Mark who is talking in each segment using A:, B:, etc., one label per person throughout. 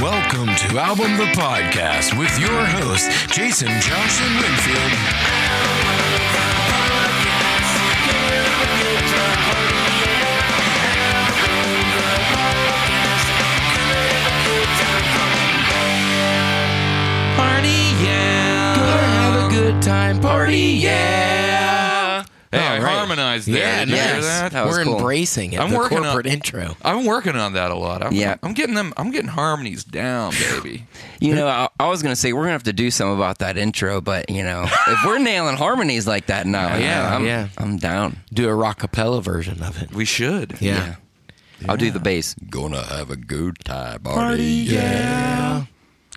A: Welcome to Album the Podcast with your hosts, Jason, Josh, and Winfield.
B: Party, yeah. Gonna have a good time. Party, yeah.
C: Hey,
B: All
C: I
B: right.
C: harmonized there.
B: Yeah,
C: Did you hear
B: nice.
C: that?
D: That was
B: We're
D: cool.
B: embracing it.
C: I'm
B: the
C: working on-
B: corporate intro.
C: I'm working on that a lot. I'm,
D: Yeah.
C: I'm getting them. I'm getting harmonies down, baby.
D: You know, I, I was gonna say we're gonna have to do something about that intro, but you know, if we're nailing harmonies like that now, you
C: Yeah,
D: know, I'm,
B: yeah.
D: I'm down.
B: Do a rockapella version of it.
C: we should.
B: Yeah.
D: I'll do the bass. Gonna have a good time party.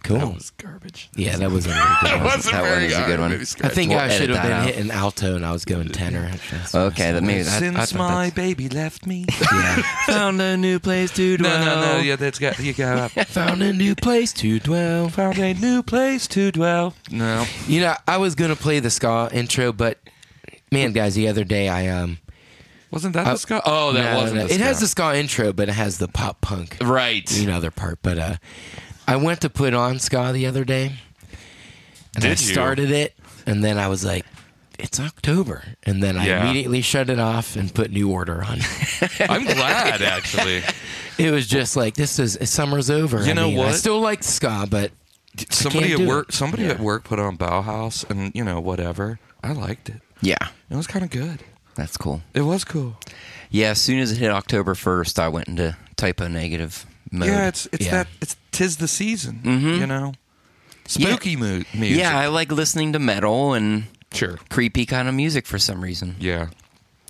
B: Cool.
C: That was garbage.
B: yeah, that was a really good
C: That
B: one.
C: wasn't
D: that one
C: very
D: is a good one.
C: maybe
B: I
C: scratch
B: think
C: it.
B: I
D: We'll
B: should
D: edit
B: have been
D: that out.
B: hitting alto and I was going tenor. That's-
D: Okay, that maybe that, I
C: Since
D: thought
C: my
D: that's-
C: baby left me.
B: Yeah.
D: found a new place
C: no,
D: to dwell.
C: no, no. Yeah, that's got you got
B: Found a new place to dwell.
C: found a new place to dwell. No.
B: You know, I was gonna play the ska intro, but man, guys, the other day I um.
C: Wasn't that
B: Uh,
C: the ska? Oh, that
B: no,
C: wasn't.
B: no,
C: the
B: It has
C: ska.
B: the ska intro, but it has the pop punk
C: right.
B: you know, other part. But uh, I went to put on ska the other day, and
C: Did
B: I
C: you?
B: started it, and then I was like, "It's October," and then I
C: Yeah.
B: immediately shut it off and put New Order on.
C: I'm glad actually.
B: it was just like, "This is summer's over."
C: You
B: I
C: know
B: mean, I
C: what?
B: still like ska, but
C: Somebody
B: can't
C: at
B: do
C: work.
B: it.
C: Somebody at work put on Bauhaus, and you know whatever. I liked it.
D: Yeah,
C: It was kind of good.
D: that's cool.
C: It was cool.
D: Yeah, as soon as it hit October first, I went into typo negative mode.
C: Yeah, it's it's
B: Yeah.
C: that it's tis the season. You know,
D: Yeah.
C: spooky mood music.
D: yeah. I like listening to metal and
C: sure.
D: creepy kind of music for some reason.
C: Yeah,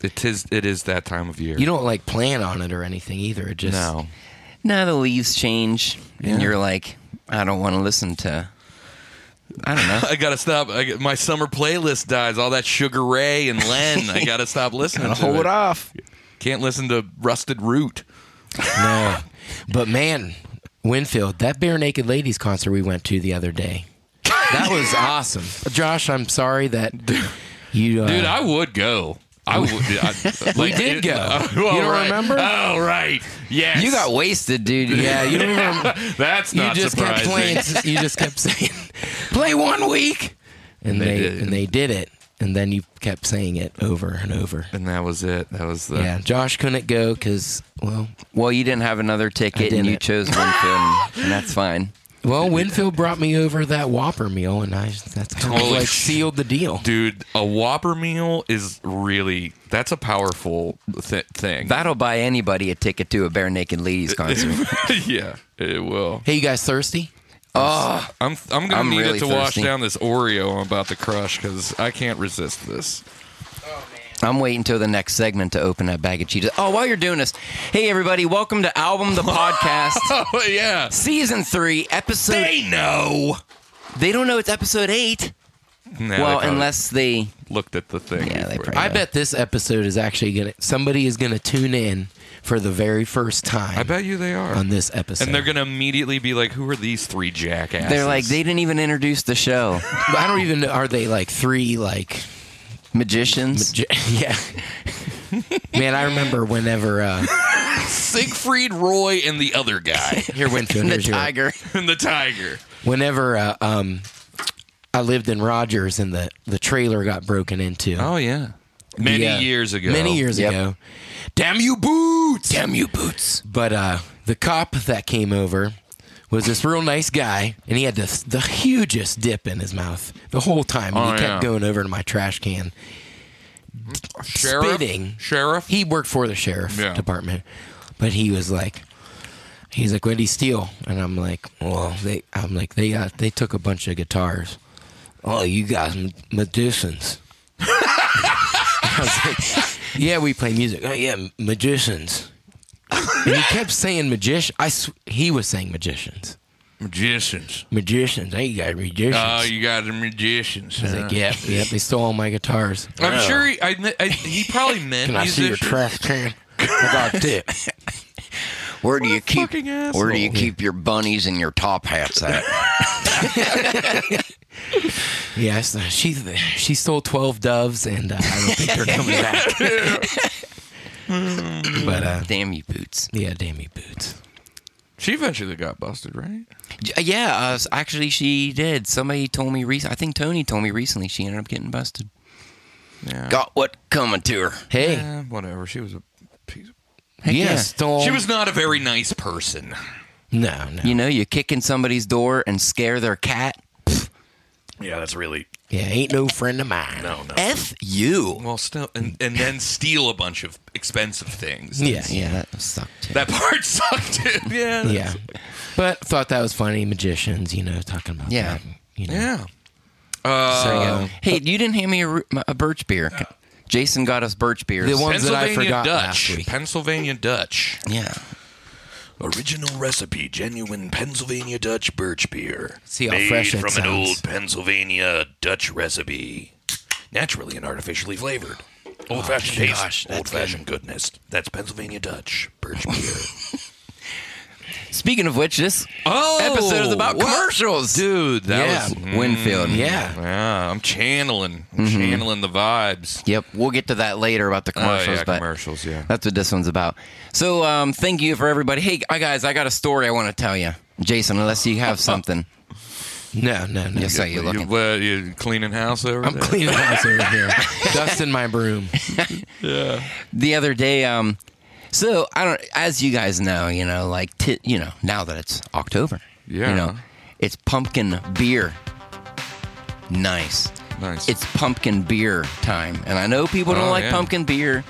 C: it is. It is that time of year.
B: you don't like plan on it or anything either. It just
C: no.
D: Now the leaves change,
C: Yeah.
D: and you're like, I don't want to listen to. I don't know.
C: I gotta stop. I got, my summer playlist dies. All that Sugar Ray and Len. I gotta stop listening. to it.
D: off.
C: Can't listen to Rusted Root.
B: no. But man, Winfield, that Bare Naked Ladies concert we went to the other day. That was awesome. Josh, I'm sorry that you uh,
C: Dude, I would go. I would. I, like, we
B: did go. You don't remember?
C: Oh right. Yes.
D: You got wasted, dude.
B: Yeah, you don't even
C: That's
B: you
C: not
B: just kept
C: surprising.
B: playing. You just kept saying, "Play one week," and
C: They
B: they,
C: did.
B: and they did it, and then you kept saying it over and over.
C: And that was it. That was the.
B: Yeah, Josh couldn't go because well,
D: Well, you didn't have another ticket, and you
B: didn't.
D: chose one film, and that's fine.
B: well, Winfield brought me over that Whopper meal, and I that's kind of
C: Holy
B: like
C: sh-
B: sealed the deal.
C: Dude, a Whopper meal is really that's a powerful th- thing.
D: That'll buy anybody a ticket to a bare naked ladies concert.
C: yeah, it will.
B: Hey, you guys thirsty?
D: oh,
C: I'm I'm gonna
D: I'm
C: need
D: really
C: it to wash
D: thirsty.
C: down this Oreo I'm about to crush because I can't resist this.
D: I'm waiting till the next segment to open that bag of Cheetos. Oh, while you're doing this, hey everybody, welcome to Album the Podcast,
C: Oh yeah,
D: Season Three, Episode.
C: they know.
D: they don't know it's Episode Eight.
C: Nah, they
D: well,
C: probably
D: unless they
C: looked at the thing.
D: Yeah, they
C: before.
D: probably-
B: I bet this episode is actually gonna somebody is gonna tune in for the very first time.
C: I bet you they are.
B: on this episode,
C: and they're gonna immediately be like, "Who are these three jackasses?"
D: They're like, they didn't even introduce the show.
B: I don't even know. Are they like three like
D: Magicians.
B: j- yeah? Man, I remember whenever. Uh,
C: Siegfried, Roy, and the other guy,
B: Here, Winfield.
D: the
B: here's your-
D: tiger.
C: and the tiger.
B: Whenever uh, um, I lived in Rogers and the, the trailer got broken into.
C: Oh yeah, many
B: Yeah.
C: years ago.
B: Many years
D: Yep.
B: ago. Damn you boots! Damn you boots! But uh, the cop that came over was this real nice guy, and he had this, the hugest dip in his mouth the whole time. And
C: Oh,
B: he kept
C: yeah.
B: going over to my trash can.
C: Sheriff,
B: spitting.
C: Sheriff,
B: He worked for the sheriff
C: Yeah.
B: department, but he was like, he's like, Wendy Steele, and I'm like, well, they, I'm like, they got, they took a bunch of guitars. Oh, you guys, m- magicians. I was like, yeah, we play music. Oh yeah, m- magicians. And he kept saying magician. I sw- he was saying magicians,
C: magicians.
B: magicians. Hey, you got magicians.
C: Oh, you got the magicians.
B: I was like, yep, yep. They stole all my guitars.
C: I'm sure he, I, me- I, he probably meant
B: Can I see your
C: musicians.
B: trash can? I got dip.
D: Where do you keep?
C: fucking
D: Where do you
C: asshole.
D: keep your bunnies and your top hats at?
B: Yes, she she stole twelve doves, and uh, I don't think they're coming back. uh, but uh,
D: Damn you, boots.
B: yeah, damn you, boots.
C: She eventually got busted, right?
D: J- Yeah, uh, s- actually, she did. Somebody told me recently. I think Tony told me recently she ended up getting busted.
C: Yeah.
D: Got what coming to her?
B: Hey,
C: Eh, whatever. She was a piece. Of...
B: yeah,
D: yeah.
B: stole.
C: She was not a very nice person.
B: no, no.
D: You know, you kick in somebody's door and scare their cat.
C: Yeah, that's really
B: Yeah, ain't no friend of mine.
C: no, no.
D: F you.
C: Well, still, and, and then steal a bunch of expensive things.
B: Yeah, yeah,
D: Yeah, that sucked. too.
C: That part sucked. dude. yeah. that's-
B: yeah. But thought that was funny. Magicians, you know, talking about
D: Yeah.
B: that. You know.
C: Yeah. Uh,
B: So,
D: Hey, you didn't hand me a, ru- my- a birch beer. Jason got us birch beers.
B: The one- ones that I
C: Pennsylvania
B: forgot last
C: Dutch.
B: week.
C: Pennsylvania Dutch.
D: yeah.
A: Original recipe, genuine Pennsylvania Dutch birch beer.
B: See how fresh it
A: from an
B: sounds.
A: old Pennsylvania Dutch recipe. Naturally and artificially flavored. Old fashioned
B: Oh, gosh,
A: taste,
B: that's
A: old fashioned goodness. That's Pennsylvania Dutch birch beer.
D: Speaking of which, this
C: Oh,
D: episode is about
C: what?
D: commercials.
C: dude. That
D: yeah, Mm-hmm. Mm.
C: was.
D: Winfield.
B: yeah.
C: Yeah, I'm channeling, I'm
D: Mm-hmm.
C: channeling the vibes.
D: Yep, we'll get to that later about the commercials,
C: oh yeah,
D: but
C: commercials. Yeah.
D: that's what this one's about. So, um, thank you for everybody. Hey, I- guys, I got a story I want to tell you, Jason. Unless you have something,
B: No, no, no.
D: I saw you looking.
C: You, uh, you cleaning house over
B: I'm
C: there?
B: cleaning house over here. Dust in my broom.
D: the other day um so i don't as you guys know you know like t- you know now that it's october
C: Yeah.
D: you know it's pumpkin beer nice
C: Nice.
D: it's pumpkin beer time and i know people don't
C: Oh,
D: like
C: yeah.
D: pumpkin beer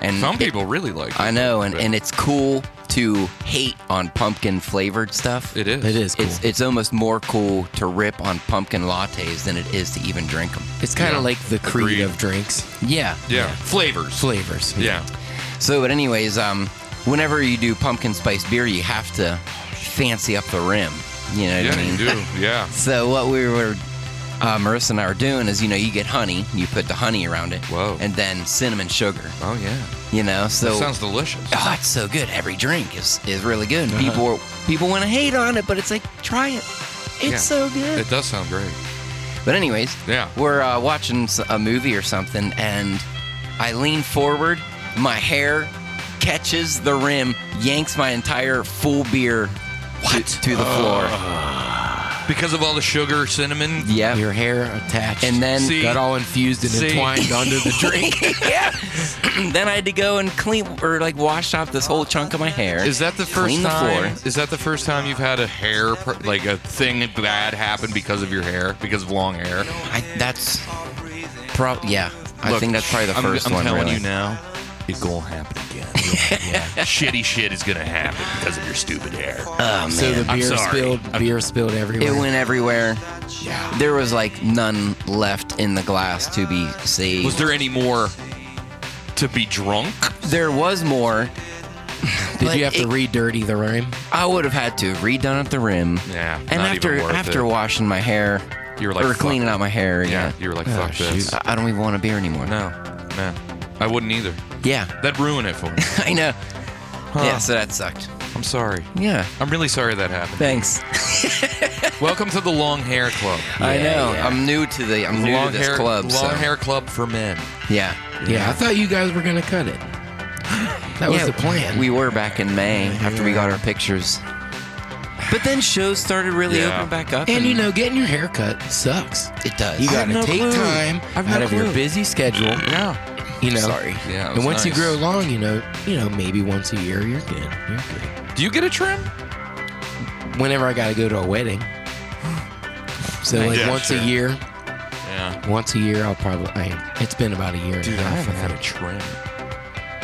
D: and
C: Some
D: it-
C: people really like. it.
D: i know and, and it's cool to hate on pumpkin flavored stuff
C: it is.
B: It is cool.
D: it's,
B: It's,
D: it's almost more cool to rip on pumpkin lattes than it is to even drink them
B: kind of
C: Yeah.
B: like the creed
C: Agreed.
B: of drinks
D: yeah
C: Yeah. Flavors.
B: flavors.
C: Yeah.
D: So, but anyways, um, whenever you do pumpkin spice beer, you have to fancy up the rim. You know what
C: Yeah.
D: I mean?
C: You do. Yeah.
D: So what we were, uh, Marissa and I were doing is, you know, you get honey, you put the honey around it,
C: Whoa.
D: and then cinnamon sugar.
C: Oh yeah.
D: You know,
C: That
D: so
C: sounds delicious.
D: oh, it's so good. Every drink is is really good.
C: Uh-huh.
D: And People are, people want to hate on it, but it's like try it. It's
C: Yeah.
D: so good.
C: It does sound great.
D: But anyways,
C: Yeah.
D: we're uh, watching s- a movie or something, and I lean forward, my hair catches the rim, yanks my entire full beer what? To, to the floor.
C: Because of all the sugar, cinnamon.
D: Yeah,
B: Your hair attached.
D: and then
C: See?
B: got all infused and
C: See?
B: entwined onto the drink.
D: yeah, then I had to go and clean or like wash off this whole chunk of my hair.
C: Is that the first
D: clean
C: time?
D: The floor.
C: Is that the first time you've had a hair, pr- like a thing bad happen because of your hair, because of long hair?
D: I, that's probably yeah. I
C: Look,
D: think that's probably the
C: I'm-
D: 1st
C: I'm,
D: one.
C: telling
D: really.
C: you now, it's gonna happen again. Shitty shit is gonna happen because of your stupid hair.
D: Oh, man.
B: so the
C: I'm
B: beer
C: sorry.
B: spilled. Beer spilled everywhere.
D: It went everywhere. Yeah. There was like none left in the glass to be saved.
C: Was there any more to be drunk?
D: There was more.
B: Did
D: but
B: you have to
D: it-
B: re-dirty the rhyme?
D: I would have had to have redone at the rim.
C: Yeah,
D: And
C: not
D: after
C: even worth
D: after
C: it.
D: washing my hair,
C: You were like,
D: or
C: "Fuck."
D: cleaning out my hair.
C: Yeah,
D: Yeah.
C: you were like,
B: Oh,
C: fuck this.
B: shoot.
D: I I don't even want a beer anymore.
C: No, no, I wouldn't either.
D: Yeah.
C: That'd ruin it for me.
D: I know. Yeah. So that sucked.
C: I'm sorry.
D: Yeah.
C: I'm really sorry that happened.
D: Thanks.
C: Welcome to the Long Hair Club.
D: I
B: Yeah,
D: know.
B: yeah.
D: I'm new to the. I'm new
C: long
D: to this
C: hair
D: club.
C: Long
D: so.
C: Hair Club for men.
D: Yeah.
B: Yeah, I thought you guys were gonna cut it. That was
D: Yeah,
B: the plan.
D: We were back in May after we got our pictures. But then shows started really
C: Yeah.
D: opening back up.
B: and you know, getting your hair cut sucks.
D: it does.
B: You gotta
C: no
B: take
C: clue.
B: time
C: I've no
B: out of your
C: clue.
B: busy schedule.
C: Yeah.
B: You know,
D: Sorry.
C: Yeah. it was
B: And once you
C: nice.
B: grow long, you know, you know, maybe once a year, you're good. You're good.
C: do you get a trim?
B: Whenever I gotta go to a wedding, so like
C: Yeah,
B: once
C: sure.
B: a year,
C: Yeah.
B: once a year, I'll probably. I, it's been about a year.
C: Dude,
B: and a
C: I
B: half,
C: haven't had a
B: think.
C: trim.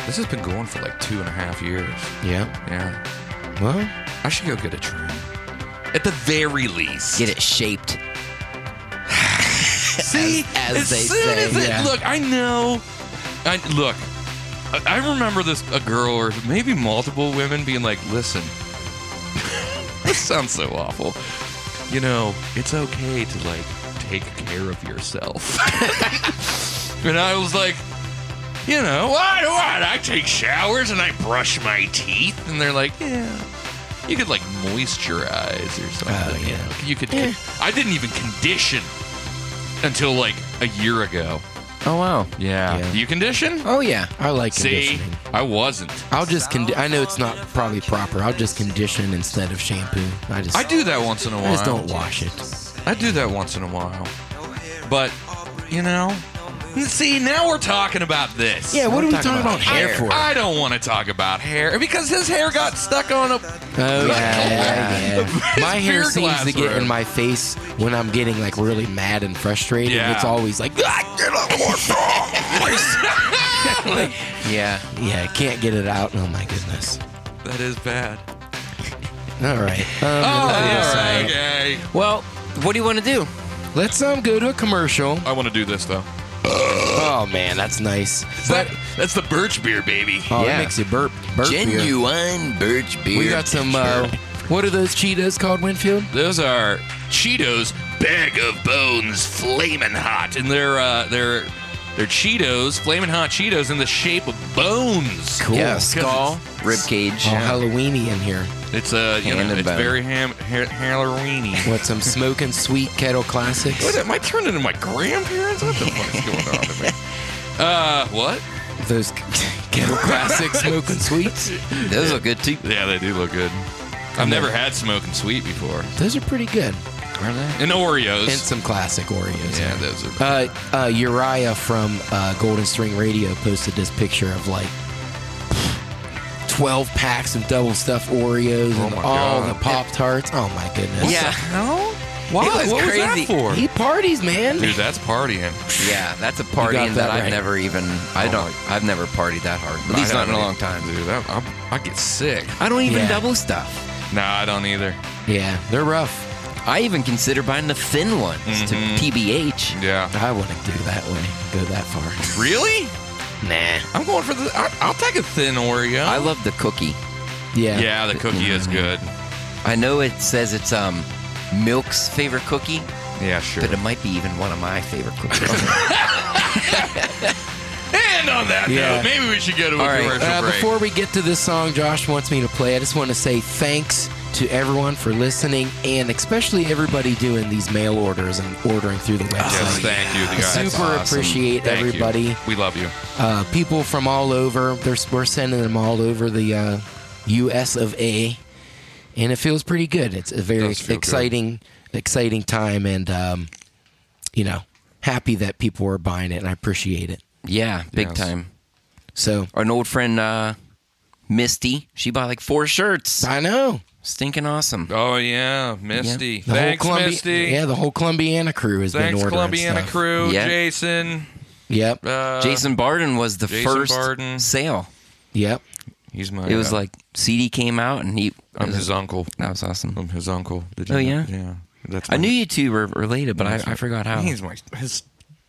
C: This has been going for like two and a half years.
B: Yeah.
C: Yeah.
B: Well,
C: I should go get a trim. At the very least.
D: Get it shaped.
C: See,
D: as
C: as,
D: they
C: soon
D: say,
C: as it,
B: yeah.
C: look, I know. I look. I, I remember this a girl or maybe multiple women being like, "Listen, this sounds so awful. You know, it's okay to like take care of yourself." and I was like, "You know, what? What? I take showers and I brush my teeth." And they're like, "Yeah." You could like moisturize or something.
B: Oh,
C: you
B: yeah.
C: know? You could. I didn't even condition until like a year ago.
D: Oh wow.
C: Yeah.
B: Yeah.
C: You condition?
D: Oh yeah.
B: I like
C: See,
B: conditioning.
C: I wasn't.
B: I'll just condi- I know it's not probably proper. I'll just condition instead of shampoo. I just
C: I do that once in a while.
B: I just don't wash it.
C: I do that once in a while. But, you know, see, now we're talking about this.
B: Yeah, what are we talking about, hair
C: I,
B: for?
C: I don't want to talk about hair because his hair got stuck on a.
B: Oh yeah, yeah, yeah. My hair
C: beer
B: seems
C: glass
B: to get
C: room.
B: in my face when I'm getting like really mad and frustrated.
C: Yeah.
B: It's always like, "Ah, get out of my face." Like,
D: Yeah.
B: yeah, I can't get it out. Oh my goodness.
C: That is bad.
B: All right. Um,
C: Oh,
B: let's-
C: all right, okay.
D: Well, what do you want to do?
B: Let's um go to a commercial.
C: I want to do this though.
B: Oh man, that's nice. But
C: That's the birch beer, baby.
B: oh,
D: Yeah.
B: it makes you burp. burp beer.
D: Genuine birch beer.
B: We got some. Uh, what are those Cheetos called, Winfield?
C: Those are Cheetos bag of bones, flaming hot, and they're uh, they're they're Cheetos, flaming hot Cheetos in the shape of bones.
B: Cool.
D: yeah,
B: Because
D: skull, rib cage.
C: Oh,
B: All Halloweeny in here.
C: It's uh, you
D: Hand
C: know,
D: and
C: it's
D: bone.
C: very ham ha- Halloweeny.
B: What some smoking sweet kettle classics?
C: What am I turning into my grandparents? What the fuck is going on to me? Uh, what?
B: Those kettle classics, smoking sweets.
D: Those look good too.
C: Yeah, they do look good. I've never had smoking sweet before.
B: Those are pretty good.
C: And Oreos.
B: And some classic Oreos.
C: yeah, those are.
B: Uh, uh, Uriah from uh, Golden String Radio posted this picture of like 12 packs of double stuffed Oreos and
C: Oh my
B: all
C: God.
B: the Pop Tarts. Oh my goodness.
D: Yeah.
C: No. Why?
D: It was
C: what
D: crazy.
C: was that for?
B: He parties, man.
C: Dude, that's partying.
D: Yeah, that's a party
B: got
D: that,
B: that
D: I've
B: right.
D: never even. I don't. I've never partied that hard. At least
C: I
D: not in
C: don't even-
D: a long time.
C: dude. I, I, I get sick.
D: I don't even
B: Yeah.
D: double stuff.
C: Nah, I don't either.
B: Yeah, they're rough.
D: I even consider buying the thin ones to TBH.
C: Yeah.
B: I wouldn't do that way, go that far.
C: Really?
B: Nah.
C: I'm going for the. I, I'll take a thin Oreo.
D: I love the cookie.
B: Yeah.
C: Yeah, the cookie is good.
D: I know it says it's um Milk's favorite cookie,
C: Yeah, sure.
D: but it might be even one of my favorite cookies.
C: And on that
B: Yeah.
C: note, maybe we should go to a
D: All right,
C: commercial
B: Uh,
C: break.
B: before we get to this song, Josh wants me to play. I just want to say thanks to everyone for listening, and especially everybody doing these mail orders and ordering through the
C: yes,
B: website.
C: thank you, guys.
B: Super appreciate
C: Thank you.
B: everybody.
C: We love you.
B: Uh, people from all over. There's, we're sending them all over the uh, U.S. of A. And it feels pretty good. It's a very
C: Does feel good.
B: exciting, exciting time, and um, you know, happy that people are buying it, and I appreciate it.
D: yeah, big
C: Yes.
D: time.
B: So
D: Our old friend uh, Misty, she bought like four shirts.
B: I know
D: Stinking awesome.
C: Oh yeah, Misty.
B: the
C: Thanks,
B: whole Columbi-
C: Misty.
B: Yeah, the whole Columbiana crew has been
C: Thanks,
B: ordering
C: Columbiana
B: stuff.
C: crew.
D: Yeah.
C: Jason.
B: Yep.
C: Uh,
D: Jason Barden was the
C: Jason
D: first
C: Barden.
D: sale.
B: yep.
C: He's my.
D: It was
C: uh,
D: like CD came out and he.
C: I'm his uncle.
D: that was awesome.
C: I'm his uncle. Did you
D: Oh,
C: know-
D: yeah?
C: Yeah. That's
D: I
C: my-
D: knew you two were related, but I, I forgot how.
C: He's my his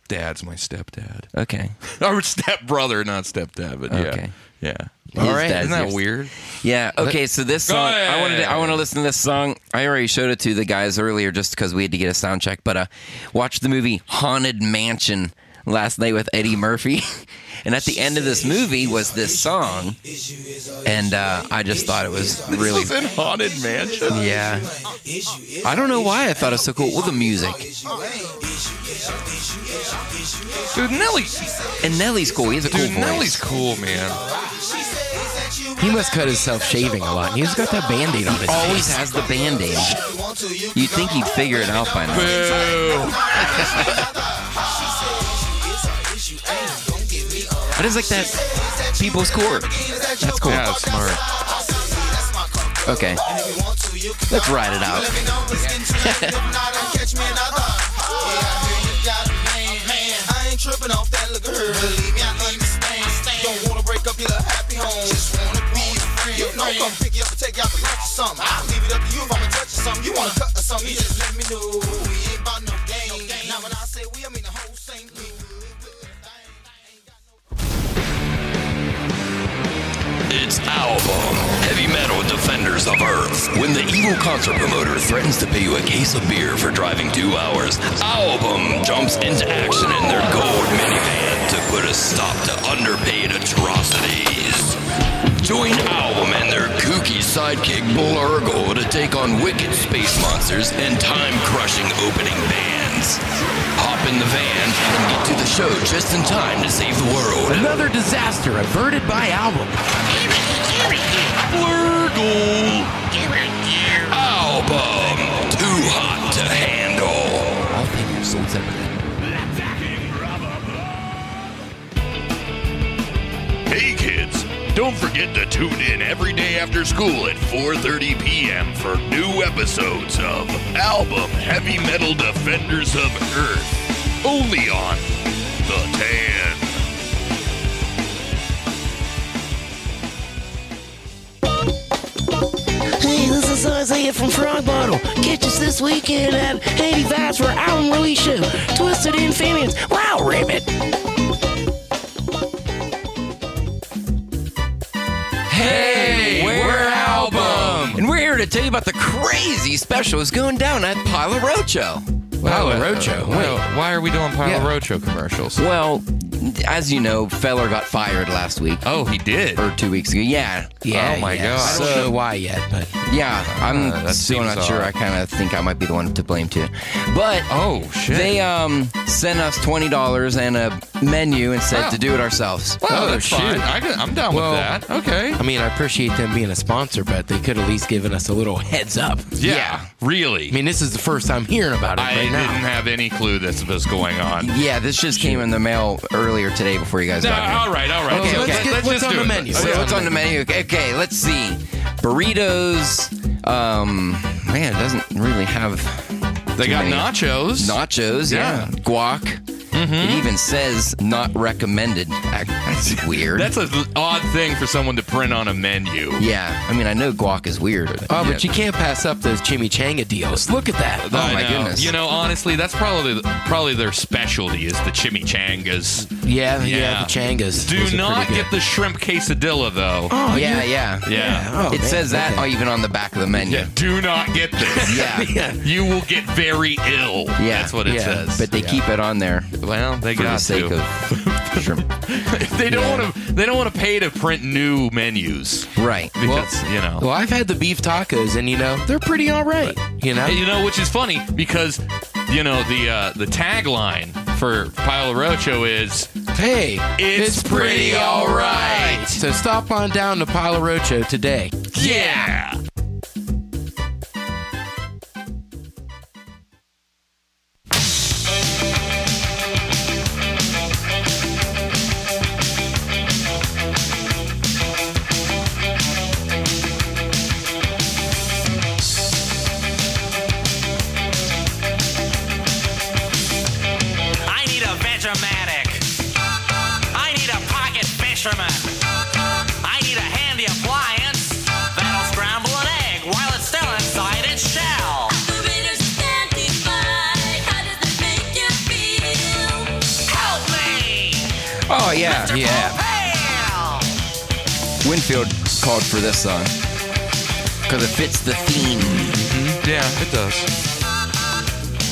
C: dad's my stepdad.
D: Okay.
C: Or stepbrother, not stepdad, but
D: Okay.
C: yeah. Yeah.
D: His
B: right,
D: dad's
C: Isn't that
D: yours.
C: weird?
D: Yeah. Okay. So this
C: Go
D: song, I
C: ahead.
D: wanted. To, I want to listen to this song. I already showed it to the guys earlier, just because we had to get a sound check. But uh, watch the movie Haunted Mansion last night with Eddie Murphy, and at the end of this movie was this song, and uh, I just thought it was really.
C: in Haunted Mansion.
D: Yeah. I don't know why I thought it was so cool. Well, the music
C: Dude, Nelly.
D: and Nelly's cool. He has a cool
C: Dude,
D: voice.
C: Nelly's cool, man.
B: He must cut himself shaving a lot. He's got that band aid on his
C: Oh.
D: always
B: face.
D: has the band aid. You'd think he'd figure it out by now.
C: Boo.
D: But it's like that people's court. That's cool.
C: Yeah, it's smart.
D: Okay. Let's ride it out.
E: I ain't tripping off that look of her. Believe me, I understand. Don't wanna break up your little happy home. Just wanna be a friend. You know, come pick you up and take you out to lunch or something. I'll leave it up to you if I'ma touch or something. You wanna cut or something, you just let me know. We ain't about no game. Now when I say we, I mean the whole thing.
F: It's Album, Heavy Metal Defenders of Earth. When the evil concert promoter threatens to pay you a case of beer for driving two hours, Album jumps into action in their gold minivan to put a stop to underpaid atrocities. Join Album and their kooky sidekick Blurgle to take on wicked space monsters and time-crushing opening band. Friends. Hop in the van and get to the show just in time to save the world.
B: Another disaster averted by album.
F: Blurgle. Album. Too hot to handle.
D: All fingers, don't say that.
F: Hey kids, don't forget to tune in every day after school at 4:30 p.m. for new episodes of Album Heavy Metal Defenders of Earth, only on The Tan.
B: Hey, this is Isaiah from Frog Bottle. Catch us this weekend at 80 Vibes for our album release show. Twisted Amphibians. Wow, Ribbit.
C: Hey, we're album.
D: And we're here to tell you about the crazy special that's going down at Pilo Rocho. Uh,
C: Wow,
B: Pilot Roadshow.
C: Why, Oh, why are we doing Pilot
D: Yeah.
C: Roadshow commercials?
D: Well, as you know, Feller got fired last week.
C: Oh, he did.
D: Or two weeks ago. Yeah.
B: Yeah,
C: Oh my
B: yeah.
C: God.
B: I don't know why yet, but
D: Yeah. I'm
C: Uh, that
D: still
C: seems
D: not sure.
C: odd.
D: I kind of think I might be the one to blame too. But
C: Oh shit.
B: uh,
D: they um sent us $20 and a menu and said
C: Wow.
D: to do it ourselves.
C: oh,
B: oh,
C: that's
B: shoot.
C: fine. I can, I'm down
B: Well,
C: with that. Okay.
B: I mean, I appreciate them being a sponsor, but they could at least given us a little heads up.
C: Yeah.
D: yeah.
C: Really.
B: I mean, this is the first time hearing about it
C: I
B: right
C: didn't
B: now.
C: have any clue this was going on.
D: Yeah, this just came in the mail earlier today before you guys
C: No,
D: got here.
C: all right, all right.
D: Okay,
C: So
D: okay.
C: let-
B: Let's get- what's
C: just
B: on
C: do
B: the
C: it.
B: menu?
C: Let's-
D: So what's on the menu? Okay, Okay, let's see. Burritos. Um, man, it doesn't really have
C: They
D: too
C: got
D: many.
C: nachos.
D: nachos.
C: Yeah. Mm-hmm.
D: Yeah, guac. It even says not recommended. Ac- That's weird.
C: That's an odd thing for someone to print on a menu.
D: yeah. I mean, I know guac is weird. but-
B: Oh, but you can't pass up those chimichanga deals. Look at that.
D: Oh,
C: I
D: my
C: know.
D: goodness.
C: You know, honestly, that's probably probably their specialty is the chimichangas.
B: Yeah, yeah,
C: Yeah.
B: the changas. Those
C: Do
B: are
C: not
B: pretty
C: get
B: good.
C: the shrimp quesadilla though.
B: Oh,
D: yeah,
B: you-
D: yeah.
C: yeah.
B: Oh,
D: it
B: man,
D: says that
B: okay.
D: even on the back of the menu.
C: Yeah, do not get this.
D: Yeah.
B: Yeah.
C: You will get very ill.
D: Yeah.
C: That's what it
B: Yeah,
C: says.
D: But they keep it on there
C: well, they
D: for the
C: got
D: sake
C: to.
D: of shrimp.
C: they don't want to. They don't want to pay to print new menus
D: Right.
C: because you know.
B: Well, I've had the beef tacos, and you know they're pretty all right. You know,
C: And, you know, which is funny because you know the uh, the tagline for Pile of Rocho is
B: hey,
C: It's pretty all right.
B: So stop on down to Palo Rocho today.
C: yeah.
G: I need a Vegematic. I need a pocket fisherman. I need a handy appliance that'll scramble an egg while it's still inside its shell. Help me!
D: Oh yeah, yeah.
G: Pale!
D: Winfield called for this song because it fits the theme.
C: Yeah, it does.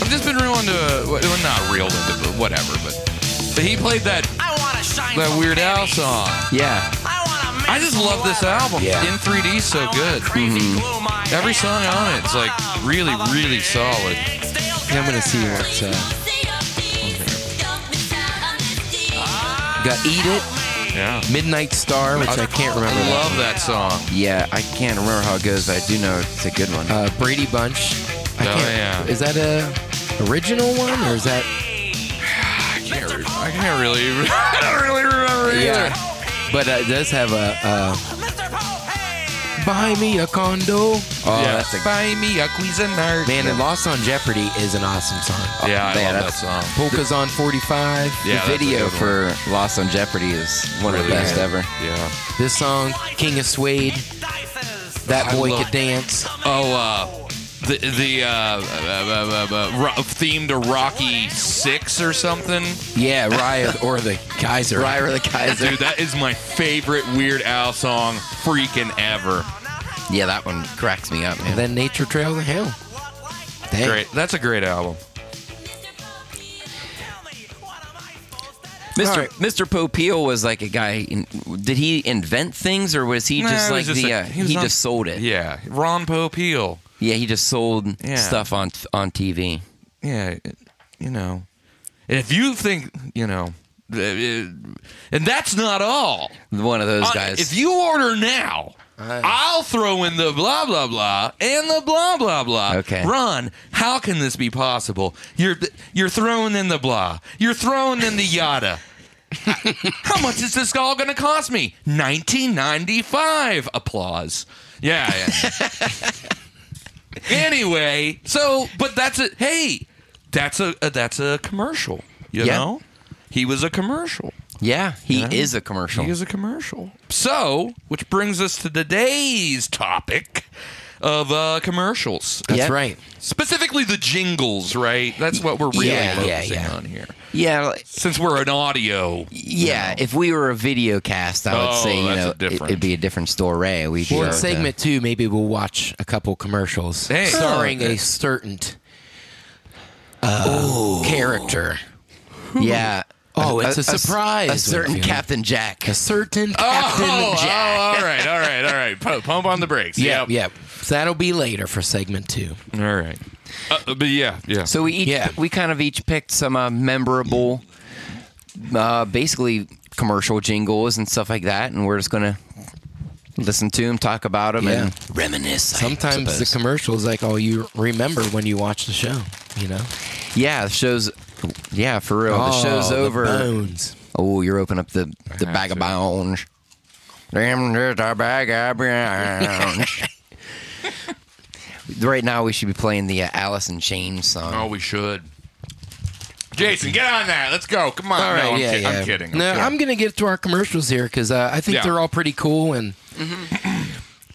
C: I've just been real into, well, not real into, but whatever. But, but he played that
G: I wanna shine
C: that
G: some
C: Weird Al
G: pennies.
C: song.
D: Yeah,
G: I wanna make
C: I just
G: some
C: love this
G: leather.
C: album.
B: Yeah.
C: In 3D, is so
G: I wanna
C: good. Mm-hmm.
G: crazy glue my
C: Every
G: hands
C: song
G: to
C: on
G: the
C: it's, like,
G: bottom
C: really,
G: of a
C: really
G: big
C: solid.
G: steel
B: Yeah, I'm gonna see
G: girder.
B: what's uh, got. Eat it,
C: Yeah.
B: Midnight Star, which I, can't
C: I
B: remember.
C: love that song.
D: yeah. I can't remember how it goes, but I do know it's a good one.
B: Uh, Brady Bunch. I
C: Oh,
B: can't-
C: yeah.
B: Is that a original one or is that?
C: I can't, re- I can't really, I don't really remember either.
B: But uh, it does have a uh,
G: Mr. Popeye!
B: buy me a condo.
D: Oh,
C: yeah.
D: that's a
C: Buy me a Cuisinart.
B: Man, and Lost on Jeopardy is an awesome song.
C: Yeah, I
D: Man,
C: love that song.
D: that's-
B: Polka's on 45.
C: Yeah, that's a
D: the video
C: good one.
D: for Lost on Jeopardy is one of the
C: Really
D: best
C: good.
D: ever.
C: Yeah.
B: This song, King of Suede,
G: Dices!
B: That
C: I
B: Boy
C: love-
B: Could Dance.
C: Oh, uh, the the uh, uh, uh, uh, uh, ro- theme to Rocky Six or something.
B: Yeah, Riot or the Kaiser.
D: Ryer the Kaiser.
C: Dude, that is my favorite Weird Al song, freaking ever.
D: yeah, that one cracks me up,
B: And
D: man.
B: then Nature Trail to Hell. Dang.
C: Great, that's a great album.
D: Mr.
B: All right.
D: Mr. Popeil was like a guy. In, did he invent things, or was he
C: Nah,
D: just
C: it
D: like
C: was just
D: the?
C: a-
D: uh,
C: he
D: he
C: was on-
D: just sold it. Yeah.
C: Yeah, Ron Popeil.
D: he just sold
C: Yeah.
D: stuff on on TV.
C: Yeah, you know, if you think, you know, uh, uh, and that's not all.
D: One of those
C: Uh,
D: guys.
C: If you order now, I'll throw in the blah blah blah and the blah blah blah.
D: Okay.
C: Ron, how can this be possible? You're you're throwing in the blah. You're throwing in the yada. how much is this all going to cost me? 1995 applause. Yeah, yeah. anyway, so but that's a hey, that's a, a that's a commercial, you
D: Yeah.
C: know? He was a commercial.
D: yeah, he
C: Yeah.
D: is a commercial.
C: He is a commercial. So, which brings us to today's topic of uh, commercials.
B: That's
D: Yeah.
B: right.
C: Specifically the jingles, right? That's what we're really
D: Yeah,
B: yeah,
C: focusing
B: yeah.
C: on here.
D: yeah, like-
C: Since we're an audio.
D: yeah. If we were a video cast, I would
C: Oh,
D: say you
C: that's a
D: know it,
C: different-
D: would be a different story. We
B: Well,
D: do
B: in
D: the-
B: segment two, maybe we'll watch a couple commercials
C: Hey.
B: starring
C: Oh, okay.
B: a certain uh, character.
D: Yeah.
B: Oh, it's a
D: s-
B: surprise,
D: A, certain
B: Winfield.
D: Captain Jack.
B: A certain
C: Oh,
B: Captain
C: oh,
B: Jack.
C: all right, all right, all right. Pump, pump on the brakes.
B: Yep, yep. So that'll be later for segment two.
C: All right. Uh, but yeah, yeah.
D: So we each
B: Yeah.
D: we kind of each picked some uh, memorable, uh, basically commercial jingles and stuff like that, and we're just gonna listen to them, talk about them,
B: Yeah.
D: and reminisce.
B: Sometimes the
D: commercial.
B: commercials like all you remember when you watch the show. You know,
D: yeah the shows. Yeah, for real. the show's
B: Oh,
D: over.
B: bones.
D: Oh, you're opening up the the
C: have
D: bag of
C: to.
D: bones. Damn, there's a bag of bones. Right now, we should be playing the uh, Alice in Chains song.
C: oh, we should. Jason, get on that. Let's go. Come on.
B: All right,
C: no, I'm,
B: Oh, yeah,
C: kid-
B: yeah.
C: I'm kidding.
B: no,
C: kidding.
B: I'm gonna get to our commercials here because uh, I think
C: Yeah. Mm-hmm.
B: they're all pretty cool. And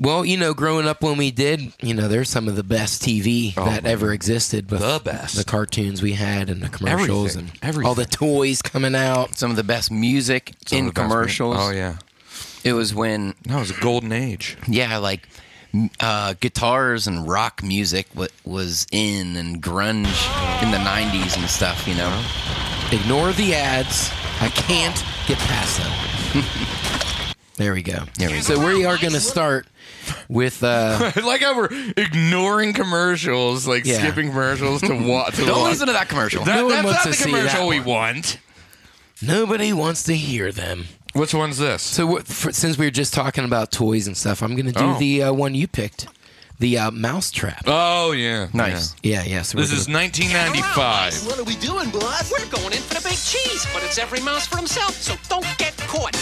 B: well, you know, growing up when we did, you know, there's some of the best TV that ever existed. With
C: Oh, The best.
B: the cartoons we had and the commercials
C: Everything,
B: and all the toys coming out.
D: Some of the best music
C: Some
D: in
C: of the best-
D: commercials.
C: Oh, yeah.
D: It was when,
C: No, it was a golden age.
D: yeah, like m- uh, guitars and rock music wa was in and grunge in the 90s and stuff, you know?
B: Ignore the ads. I can't get past them. there we go.
D: There we
B: so we are gonna start with. Uh,
C: I like how we're ignoring commercials, like
B: Yeah.
C: skipping commercials to watch. To
D: Don't
C: watch.
D: listen to that commercial.
C: That-
B: No one
C: that's
B: wants
C: not
B: to
C: the
B: see
C: commercial
B: that
C: we
B: one.
C: want.
B: Nobody wants to hear them.
C: Which one's this?
B: So what, for, since we were just talking about toys and stuff, I'm going to do
C: Oh.
B: the uh, one you picked, the uh, mouse trap.
C: Oh yeah,
D: nice.
B: yeah, yeah. So
C: yeah. This
B: we're
C: is
B: gonna-
C: 1995.
E: What are we doing, boss?
G: We're going in for the big cheese, but it's every mouse for himself, so don't get caught.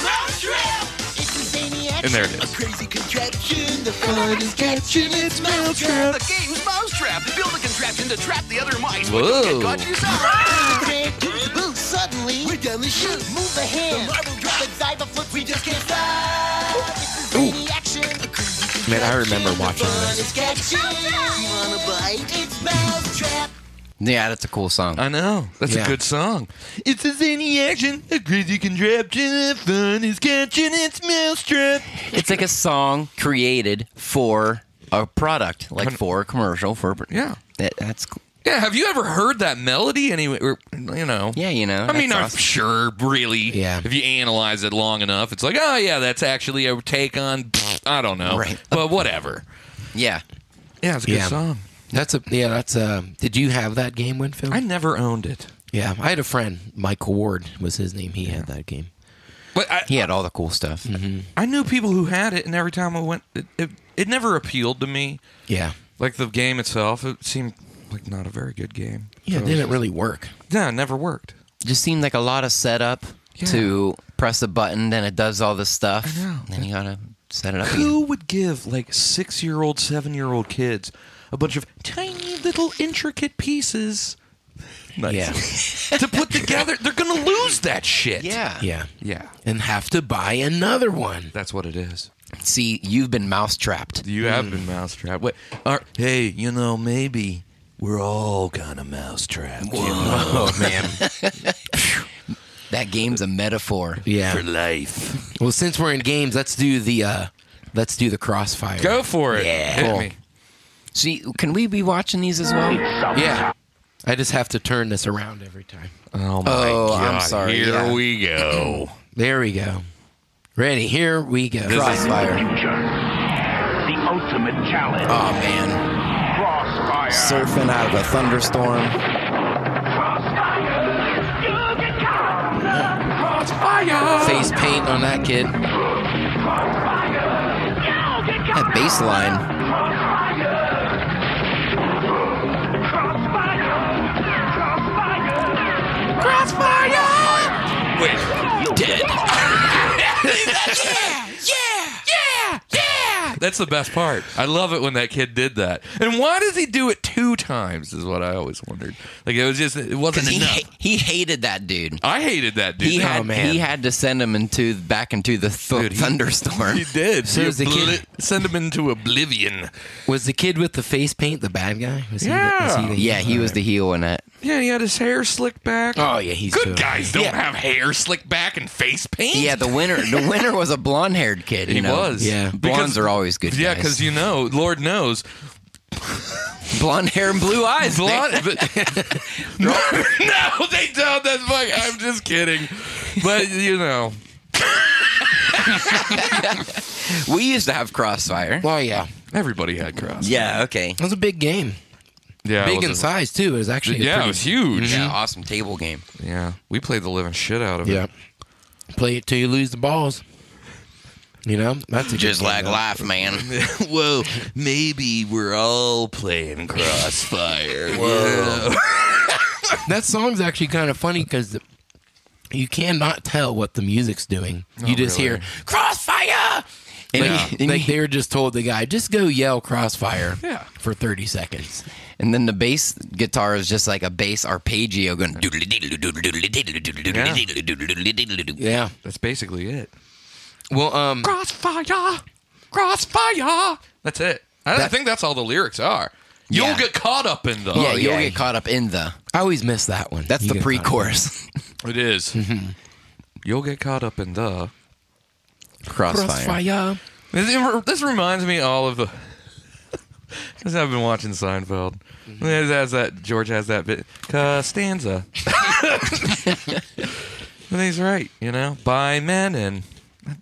C: And there it is.
E: A crazy contraption, the fun is catching its mousetrap.
G: The game's Mousetrap. Build a contraption to trap the other mice. but
C: Whoa.
G: Don't get caught yourself.
E: Can't do the boot suddenly. We're down the chute. Move a hand. The marble drop. The dive a flip. We just can't stop. It's a zany action. A crazy
B: Man, I remember
E: contraption, the
B: watching
E: fun
B: this.
E: is catching. You want a bite? It's mousetrap.
D: Yeah, that's a cool song.
C: I know. Oh, That's a
B: Yeah.
C: good song. It's a zany action, a crazy contraption, and fun is catching its mousetrap.
D: It's like a song created for a product, like for a commercial. For
C: Yeah.
D: that, that's cool.
C: Yeah, have you ever heard that melody anyway? Or, you know.
D: yeah, you know.
C: I mean, I'm
D: that's awesome.
C: sure, really.
B: Oh, Yeah.
C: If you analyze it long enough, it's like, oh yeah, that's actually a take on. I don't know.
D: Right.
C: But whatever.
D: yeah,
C: Yeah, it's a good
B: Yeah.
C: song.
B: That's a yeah. That's a. Did you have that game, Winfield?
C: I never owned it.
B: yeah, I had a friend, Michael Ward was his name. He had that game.
C: But I,
D: he had all the cool stuff.
C: I knew people who had it, and every time I went, it, it, it never appealed to me.
B: Yeah,
C: Like the game itself, it seemed like not a very good game.
B: yeah. It didn't really work.
C: No, it never worked.
D: Just seemed like a lot of setup to press a button, then it does all this stuff.
C: I know.
D: Then you gotta set it up. again.
C: Who would give like six year old, seven year old kids a bunch of tiny little intricate pieces nice, to put together? They're going to lose that shit.
D: Yeah.
B: Yeah,
C: Yeah.
B: and have to buy another one.
C: That's what it is.
D: See, you've been mouse trapped.
C: You have been mousetrapped. Wait, are, hey, you know, maybe we're all kind of mousetrapped. you know,
D: Oh man, that game's a metaphor.
C: For
B: Yeah.
C: life.
B: Well, since we're in games, let's do the uh, let's do the crossfire.
C: Go for it.
B: Yeah.
C: Hit
B: Cool.
C: me.
D: See, can we be watching these as well?
B: Yeah. I just have to turn this around every time.
C: Oh my
D: Oh,
C: god.
D: I'm sorry,
C: Here
D: yeah.
C: we go.
B: There we go. Ready? Here we go.
D: Crossfire.
H: Future. The ultimate challenge.
D: Oh man,
H: Crossfire.
D: surfing out of a thunderstorm.
H: Crossfire.
D: face paint on that kid. That bass line.
F: Dead.
C: That's the best part. I love it when that kid did that. And why does he do it two times? Is what I always wondered. Like it was just it wasn't
D: He,
C: enough.
D: ha- he hated that dude.
C: I hated that dude. Oh,
D: He had
B: man.
D: he had to send him into back into the th-
C: Dude, he-
D: thunderstorm.
C: He did.
B: So
C: He
B: is the
C: obli-
B: kid-
C: send him into oblivion.
B: Was the kid with the face paint the bad guy? Was He the, was he the
D: yeah, he was the heel in it.
C: Yeah, he had his hair slicked back.
B: Oh yeah, he's
C: Good
B: good.
C: guys don't have hair slicked back and face paint.
D: Yeah, the winner the winner was a blonde haired kid. You
C: he
D: know?
C: was.
B: Yeah.
D: Blondes are always good
C: Yeah,
D: guys.
C: because you know, Lord knows,
D: blonde hair and blue eyes.
C: blonde. but- no, no, they don't. That's fuck. I'm just kidding. But you know,
D: We used to have crossfire.
B: Oh yeah,
C: everybody had cross.
D: Yeah, okay.
B: it was a big game.
C: yeah, it
B: Big
C: was
B: in
C: a-
B: size too. It was actually a
C: Yeah, it
B: pretty-
C: was huge.
D: Yeah, awesome table game.
C: Yeah, we played the living shit out of it.
B: Yeah. Play it till you lose the balls. You know, that's a good
D: Just
B: game,
D: like
B: though.
D: life, man.
C: Whoa, maybe we're all playing Crossfire.
B: That song's actually kind of funny because you cannot tell what the music's doing. you just
C: Oh, really.
B: hear crossfire.
D: And
B: like,
D: you- and
B: like
D: you-
B: they were just told the guy, just go yell crossfire
C: Yeah.
B: for 30 seconds.
D: And then the bass guitar is just like a bass arpeggio going. Yeah.
B: Yeah.
C: That's basically it.
B: Well, um,
C: Crossfire, crossfire. That's it. I don't
B: That-
C: think that's all the lyrics are. You'll
D: Yeah.
C: get caught up in the.
D: Oh, Yeah, you'll get caught up in the.
B: I always miss that one.
D: That's
B: You
D: the
B: get caught up.
D: pre-chorus.
C: It is. You'll get caught up in the.
D: Crossfire.
B: Crossfire.
C: This, this reminds me all of the. Because I've been watching Seinfeld. There's has that George has that bit Costanza. and he's right, you know. By men and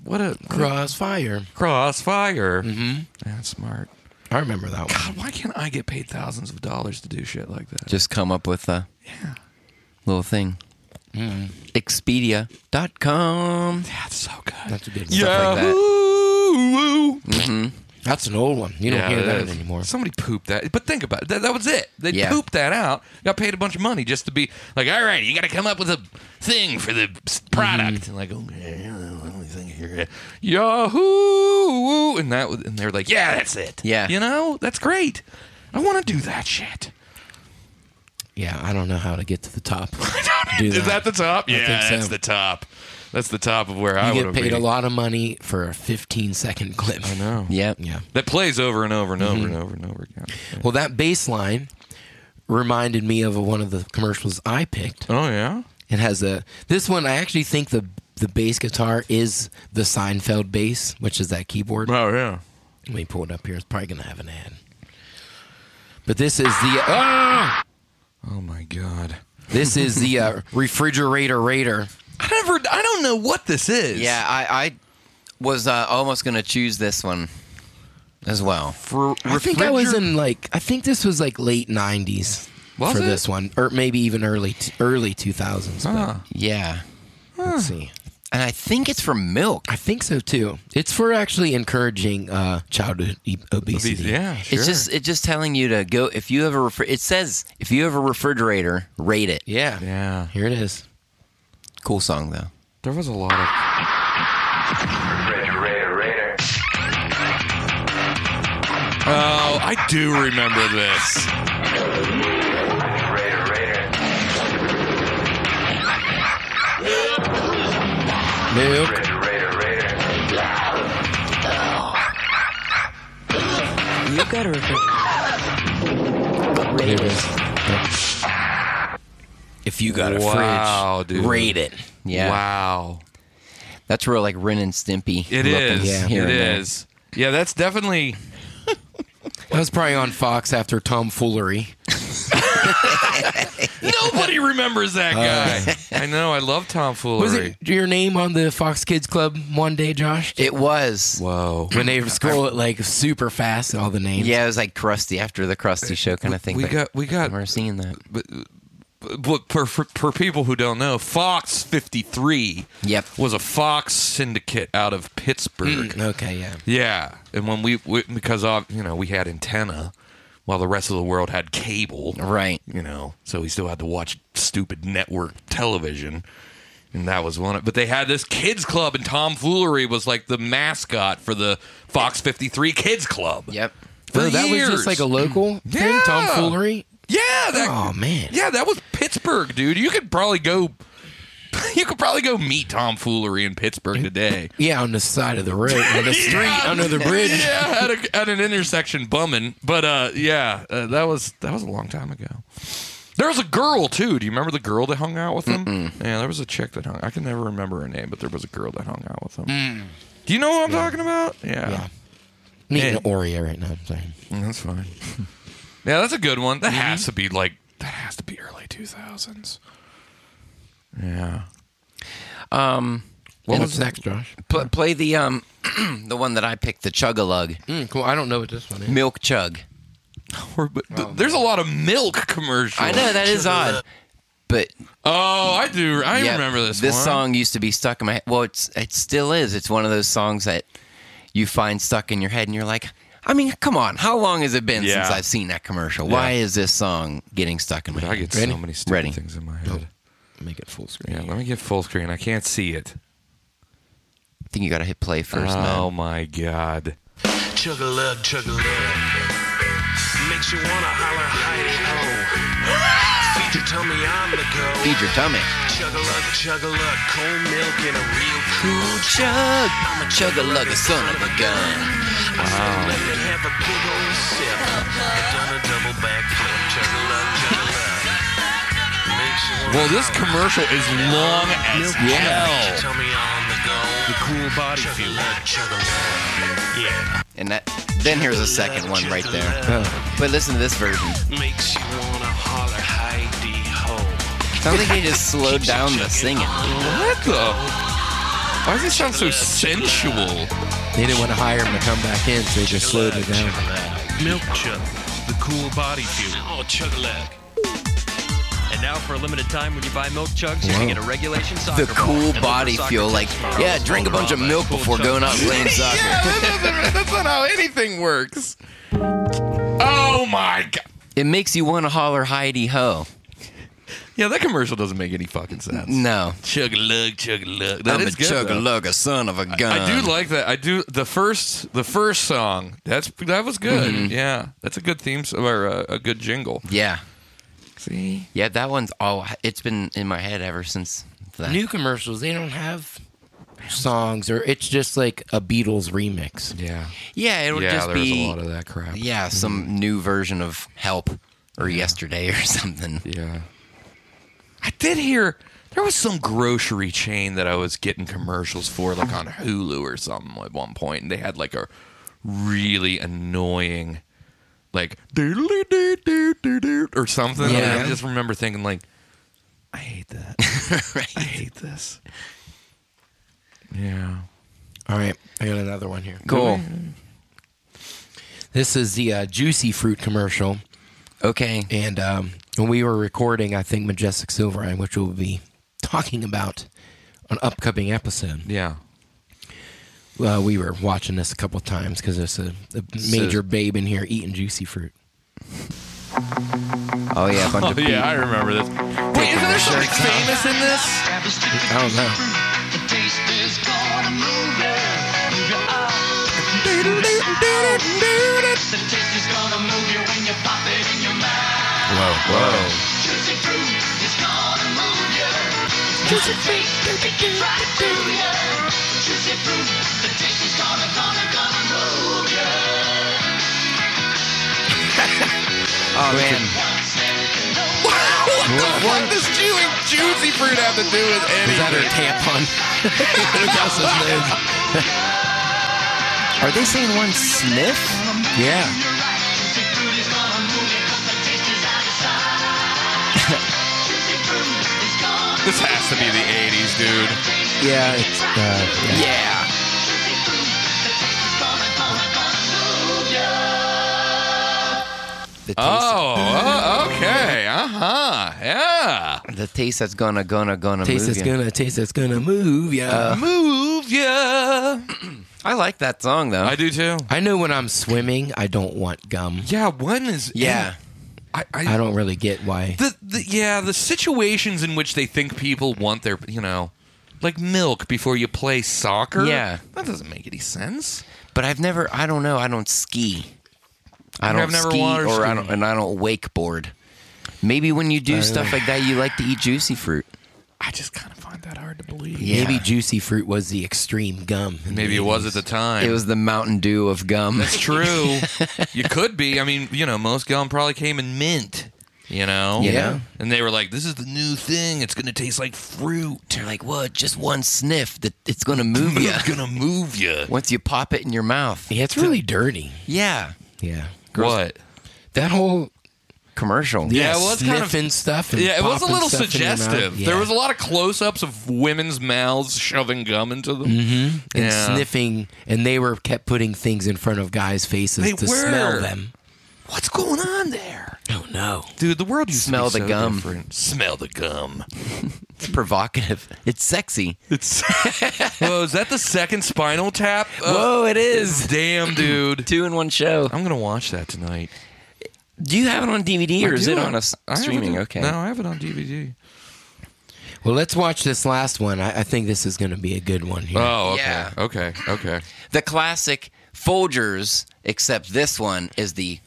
C: what a
B: Crossfire.
C: crossfire. Mm-hmm. That's smart.
B: I remember that one.
C: God, why can't I get paid thousands of dollars to do shit like that?
D: Just come up with a little thing. Expedia.com.
C: That's so good.
B: That's a good one.
C: yeah.
D: like that.
B: That's an old one. You don't
C: Yeah,
B: hear
C: that
B: that
C: is.
B: anymore.
C: Somebody pooped that. But think about it. That, that was it. They
D: Yeah.
C: pooped that out. Got paid a bunch of money just to be like, all right, you got to come up with a thing for the
B: Mm-hmm.
C: s- product. And like, okay, let me think here. Yahoo! And that was, and they were like, yeah, that's it.
D: Yeah.
C: You know, that's great. I want to do that shit.
B: Yeah, I don't know how to get to the top. Do
C: Is
B: that.
C: that the top? Yeah,
B: think so.
C: that's the top. That's the top of where
B: You
C: I would
B: get
C: have
B: paid
C: been.
B: a lot of money for a 15 second clip. I
C: No.
D: Yep.
B: Yeah. Mm-hmm.
C: That plays over and over and over and over and over again.
B: Well, that bass line reminded me of one of the commercials I picked.
C: Oh yeah.
B: It has a this one. I actually think the the bass guitar is the Seinfeld bass, which is that keyboard.
C: Oh yeah.
B: Let me pull it up here. It's probably gonna have an ad. But this is the ah!
C: Oh my god.
B: this is the uh, refrigerator raider.
C: I never. I don't know what this is.
D: Yeah, I, I was uh, almost going to choose this one as well.
C: For
B: I think I was in like I think this was like late 90s
C: Was
B: for
C: it?
B: this one, or maybe even early t- early 2000s. but
C: Ah,
D: Yeah.
B: Let's see.
D: And I think it's from milk.
B: I think so too. It's for actually encouraging uh, childhood e- obesity.
C: Yeah. Sure.
D: It's just it's just telling you to go if you have a refri- it says if you have a refrigerator, rate it.
B: Yeah.
C: Yeah.
B: Here it is.
D: Cool song though.
C: There was a lot of. Oh, I do remember this.
B: Milk.
I: You got a
B: There it is. If you got a
C: Wow,
B: fridge,
C: dude.
B: rate it.
D: Yeah.
C: Wow.
D: That's real like Ren and Stimpy.
C: It
D: looking
C: is.
B: yeah.
D: here
C: It
D: and there.
C: is. Yeah, that's definitely.
B: That was probably on Fox after tomfoolery.
C: Nobody remembers that
D: Uh,
C: guy. I know. I love tomfoolery.
B: Was it your name on the Fox Kids Club one day, Josh?
D: It was.
C: Whoa.
B: when they scroll it like super fast, all the names.
D: Yeah, it was like Krusty after the Krusty show kind of thing.
C: Uh, We
D: but
C: got. We
D: I
C: got.
D: remember seeing that.
C: but for, for, for people who don't know, Fox 53
D: Yep.
C: was a Fox syndicate out of Pittsburgh.
B: Okay, yeah.
C: Yeah, and when we, we because uh, you know we had antenna, while the rest of the world had cable.
D: Right.
C: You know, so we still had to watch stupid network television, and that was one. Of, but they had this kids club, and Tom Foolery was like the mascot for the Fox 53 Kids Club.
D: Yep.
C: For
B: Oh, that
C: years.
B: was just like a local
C: Yeah.
B: thing, tomfoolery.
C: yeah. That,
B: Oh man,
C: Yeah, that was Pittsburgh, dude. You could probably go. You could probably go meet Tom Foolery in Pittsburgh today.
B: yeah, on the side of the road, on the street,
C: Yeah.
B: under the bridge.
C: yeah, at, a, at an intersection bumming. But uh, yeah, uh, that was that was a long time ago. There was a girl too. Do you remember the girl that hung out with him? Yeah, there was a chick that hung. I can never remember her name, but there was a girl that hung out with him. Do you know what I'm talking about? Mm. Yeah.
B: Yeah. I'm eating
C: Yeah.
B: an Oreo right now. I'm sorry.
C: Mm, that's fine. yeah, that's a good one. That has to be like that has to be early 2000s. Yeah.
D: Um,
B: Well, what's next, Josh?
D: pl- play the um, the one that I picked, the chug a lug,
C: Hmm?
B: Mm, cool. I don't know what this one is.
D: milk chug.
C: Or- but th- there's a lot of milk commercials.
D: Oh, I know that is odd, but
C: Oh, I do. I
D: yeah,
C: remember this.
D: This
C: one.
D: song used to be stuck in my head. Well, it's it still is. It's one of those songs that you find stuck in your head, and you're like, I mean, come on, how long has it been
C: Yeah.
D: since I've seen that commercial? Why is this song getting stuck in my head?
C: I get
D: Ready?
C: so many stupid
D: Ready.
C: things in my head.
B: Make it full screen.
C: Yeah, let me get full screen. I can't see it.
D: I think you got to hit play first,
C: oh
D: man.
C: my god.
H: Chug a lug, chug a lug. Makes you wanna holler, hidey ho. Feed your tummy on the go.
D: Feed your tummy.
H: Chug a lug, chug a lug. Cold milk and a real cool
D: Chug.
H: I'm a
D: Chug a lug, a son of a gun.
H: Let me have a big old sip. I've done a double backflip. Chug a lug, chug a lug. Makes you wanna
C: Well, this
H: holler.
C: commercial is long as
H: Feed your
C: hell.
H: tummy on the go. The cool body chug a lug, chug a lug. Yeah.
D: And that. Then here's a second one right there.
B: Uh,
D: But listen to this version.
H: Makes you wanna holler, hidey ho.
D: Sounds like they just slowed down the singing.
C: What the? Why does it sound so sensual?
B: They didn't want to hire him to come back in, so they just slowed it down.
H: Milk Chug, the cool body fuel. Oh, chug leg.
J: And now for a limited time, when you buy milk chugs, you can get a regulation soccer
D: The cool body fuel, like yeah, drink a bunch of milk before going out playing soccer.
C: that's not how anything works. Oh my god.
D: It makes you want to holler Heidi Ho.
C: Yeah, that commercial doesn't make any fucking sense.
D: No.
C: Chug a lug, chug a lug. That
D: I'm a
C: is good,
D: chug a
C: though.
D: lug, a son of a gun.
C: I do like that. I do the first the first song. That's that was good. Yeah, that's a good theme s- or a, a good jingle.
D: Yeah.
C: See,
D: Yeah, that one's all. It's been in my head ever since that.
B: New commercials, they don't have songs, or it's just like a Beatles remix.
C: yeah,
D: yeah, it would
C: yeah.
D: just
C: There's
D: be.
C: a lot of that Mm-hmm. crap.
D: Yeah, some new version of Help or Yesterday or something.
C: Yeah. I did hear there was some grocery chain that I was getting commercials for, like on Hulu or something at one point, and they had like a really annoying like "Doodly-doo-doo-doo-doo," or something. Yeah.
B: Yeah.
C: I just remember thinking like I hate that. I hate this. Yeah.
B: All right, I got another one here.
D: Cool.
B: This is the uh, Juicy Fruit commercial.
D: Okay.
B: And um, when we were recording, I think Majestic Silverine, which we'll be talking about on upcoming episode,
C: Yeah.
B: uh, we were watching this a couple times because there's a, a major babe in here eating juicy fruit.
D: Oh yeah, a bunch of
C: Yeah, I remember this. Wait, isn't there something famous in this?
B: I don't know.
D: oh man.
C: What, what does chewing juicy fruit have to do with anything?
B: Is that her tampon? Look how she lives.
D: Are they saying one sniff?
B: Yeah.
C: This has to be the 80s, dude.
B: Yeah. It's, uh, yeah.
D: Yeah. the taste.
C: Oh, oh, okay. Uh huh. Yeah.
D: The taste that's gonna gonna gonna
B: Taste
D: move
B: that's
D: you.
B: gonna taste that's gonna move ya.
C: Move ya.
D: I like that song though.
C: I do too.
B: I know when I'm swimming, I don't want gum.
C: Yeah. One is.
D: Yeah.
C: I. I,
B: I don't really get why.
C: the, the yeah the situations in which they think people want their you know like milk before you play soccer.
D: Yeah.
C: That doesn't make any sense.
D: But I've never. I don't know. I don't ski. I
C: I've
D: don't
C: never
D: ski,
C: water
D: or I don't,
C: skied.
D: and I don't wakeboard. Maybe when you do stuff like that, you like to eat juicy fruit.
C: I just kind of find that hard to believe.
D: Yeah.
B: Maybe juicy fruit was the extreme gum. in the
C: Maybe it was at the time.
D: It was the Mountain Dew of gum.
C: That's true. you could be. I mean, you know, most gum probably came in mint. You know.
D: Yeah.
C: And they were like, "This is the new thing. It's gonna taste like fruit.
D: They're like, what? Just one sniff that it's gonna move you.
C: It's gonna move you."
D: Once you pop it in your mouth.
B: 80s. Yeah, it's really dirty.
D: Yeah.
B: Yeah.
C: What?
B: That whole
D: Commercial.
C: Yeah,
B: yeah,
C: well, it's kind of-
B: sniffing stuff. And
C: Yeah, it was a
B: popping
C: little
B: stuff in your mouth.
C: suggestive.
B: Yeah.
C: There was a lot of close-ups of women's mouths shoving gum into them. Mm-hmm.
B: and
C: yeah.
B: sniffing, and they were kept putting things in front of guys' faces
C: They
B: to
C: were.
B: smell them.
C: What's going on there,
B: Oh no!
C: dude? The world used
D: Smell
C: to be
D: the
C: so
D: gum.
C: different. Smell the gum.
D: It's provocative. It's sexy.
C: It's. Whoa, is that the second Spinal Tap? Uh,
D: Whoa, it is.
C: Damn, dude.
D: Two in one show.
C: I'm gonna watch that tonight.
D: Do you have it on DVD or
C: I
D: is
C: do
D: it
C: have-
D: on a s-
C: I have it
D: streaming?
C: on-
D: Okay.
C: No, I have it on DVD.
B: Well, let's watch this last one. I, I think this is going to be a good one here.
C: Oh, okay,
D: Yeah.
C: okay, okay.
D: The classic Folgers, except this one is the.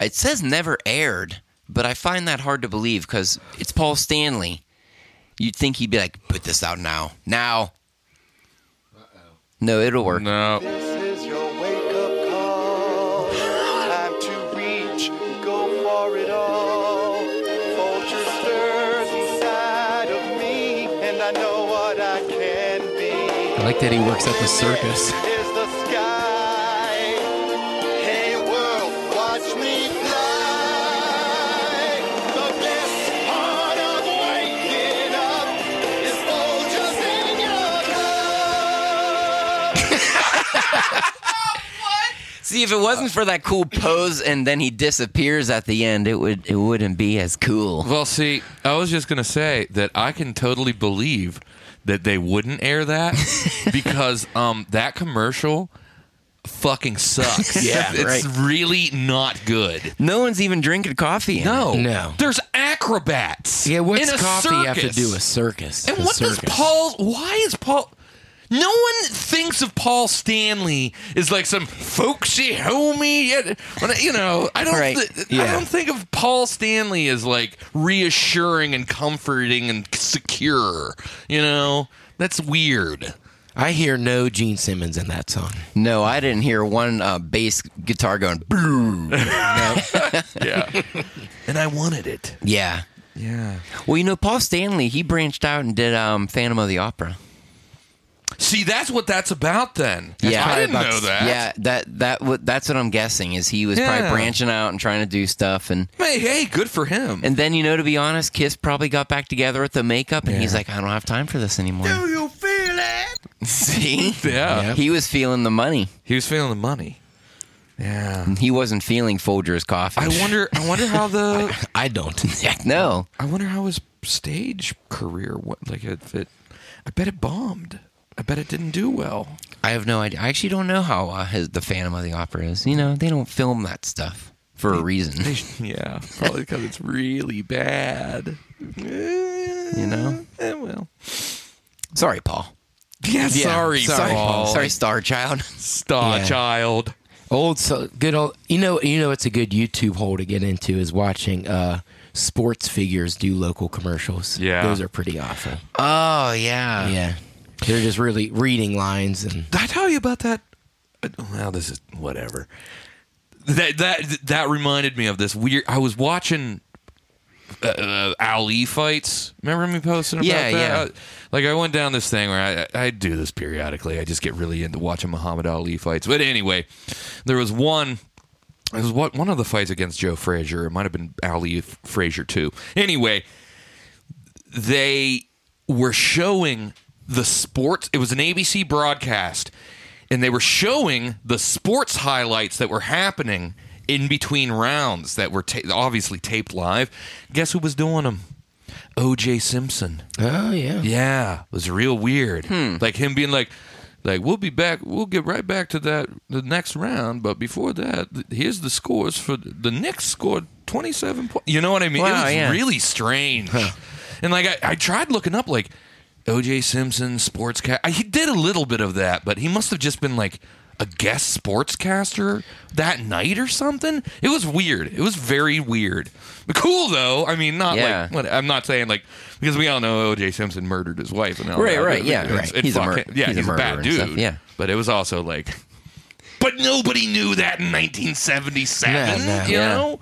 D: It says never aired, but I find that hard to believe because it's Paul Stanley. You'd think he'd be like, put this out now. Now. No, it'll work.
C: No,
H: This is your wake up call. Time to reach, go for it all. Vulture stirs inside of me, and I know what I can be.
B: I like that he works at the circus.
H: Is the sky. Hey world, watch me fly. The best part of waking up is vultures in your cup.
D: See, if it wasn't for that cool pose and then he disappears at the end, it would it wouldn't be as cool.
C: well, see, I was just gonna say that I can totally believe that they wouldn't air that because um that commercial fucking sucks.
D: Yeah,
C: it's
D: right.
C: really not good.
D: No one's even drinking coffee. in
C: No,
B: No.
C: There's acrobats.
B: Yeah, what's
C: in a
B: coffee have to
C: circus.
B: do with circus?
C: And
B: The
C: what
B: circus.
C: does Paul? Why is Paul? No one thinks of Paul Stanley as like some folksy homie. yet- when I- You know, I don't.
D: Right.
C: thi- I
B: Yeah.
C: don't think of Paul Stanley as like reassuring and comforting and secure. You know, that's weird.
B: I hear no Gene Simmons in that song.
D: it. No, I didn't hear one uh, bass guitar going. "Brrr."
C: Yeah, and I wanted it.
D: Yeah.
C: Yeah.
D: Well, you know, Paul Stanley he branched out and did um, Phantom of the Opera.
C: See, that's what that's about. Then.
D: Yeah.
C: I
D: Probably
C: didn't
B: about-
C: know that.
D: Yeah, that that wa- that's what I'm guessing is he was
C: Yeah.
D: probably branching out and trying to do stuff and
C: Hey, hey, good for him.
D: and then you know to be honest, Kiss probably got back together with the makeup and he's like, I don't have time for this anymore. Do you feel it? See,
C: yeah.
B: Yep.
D: he was feeling the money.
C: He was feeling the money. Yeah.
D: He wasn't feeling Folger's coffee.
C: I wonder. I wonder how the.
B: I don't.
D: no.
C: I wonder how his stage career went. Like if it, I bet it bombed. I bet it didn't do well.
D: I have no idea. I actually don't know how uh, his, the Phantom of the Opera is. You know, they don't film that stuff for a reason.
C: Yeah, probably because it's really bad. You
D: know?
C: Eh, well.
D: Sorry, Paul.
C: Yeah, sorry,
D: sorry,
C: Paul.
D: Sorry, Star Child.
C: Star
B: Yeah.
C: Child.
B: Old so good old. You know. You know. It's a good YouTube hole to get into is watching uh, sports figures do local commercials.
C: Yeah.
B: those are pretty awful.
D: Oh yeah.
B: Yeah, they're just really reading lines and
C: Did I tell you about that? uh, Well, this is whatever. That that that reminded me of this weird. I was watching uh, uh, Ali fights. Remember me posting about
D: Yeah,
C: that?
D: yeah.
C: I- like I went down this thing where I I do this periodically. I just get really into watching Muhammad Ali fights. But anyway, there was one. It was what one of the fights against Joe Frazier. It might have been Ali F- Frazier too. Anyway, they were showing the sports. It was an ABC broadcast, and they were showing the sports highlights that were happening in between rounds that were ta- obviously taped live. Guess who was doing them? O.J. Simpson.
B: Oh yeah.
C: Yeah, it was real weird.
D: Hmm.
C: Like him being like, like we'll be back. We'll get right back to that the next round. But before that, th- here's the scores for the Knicks scored 27 points. You know what I mean?
D: Wow,
C: it was
D: yeah.
C: really strange. And like I, I tried looking up like O.J. Simpson sportscast. I- He did a little bit of that, but he must have just been like. A guest sportscaster that night or something. It was weird. It was very weird. But cool though. I mean, not
D: Yeah.
C: like what, I'm not saying like because we all know O.J. Simpson murdered his wife and all
D: Right,
C: that.
D: right,
C: It-
D: yeah,
C: it's-
D: right.
C: it
D: He's a
C: fuck-
D: mur-
C: yeah,
D: he's
C: he's,
D: a
C: a
D: murderer
C: bad
D: and
C: dude.
D: stuff, yeah.
C: but it was also like, but nobody knew that in 1977.
B: Yeah, no.
C: you
D: Yeah.
C: know,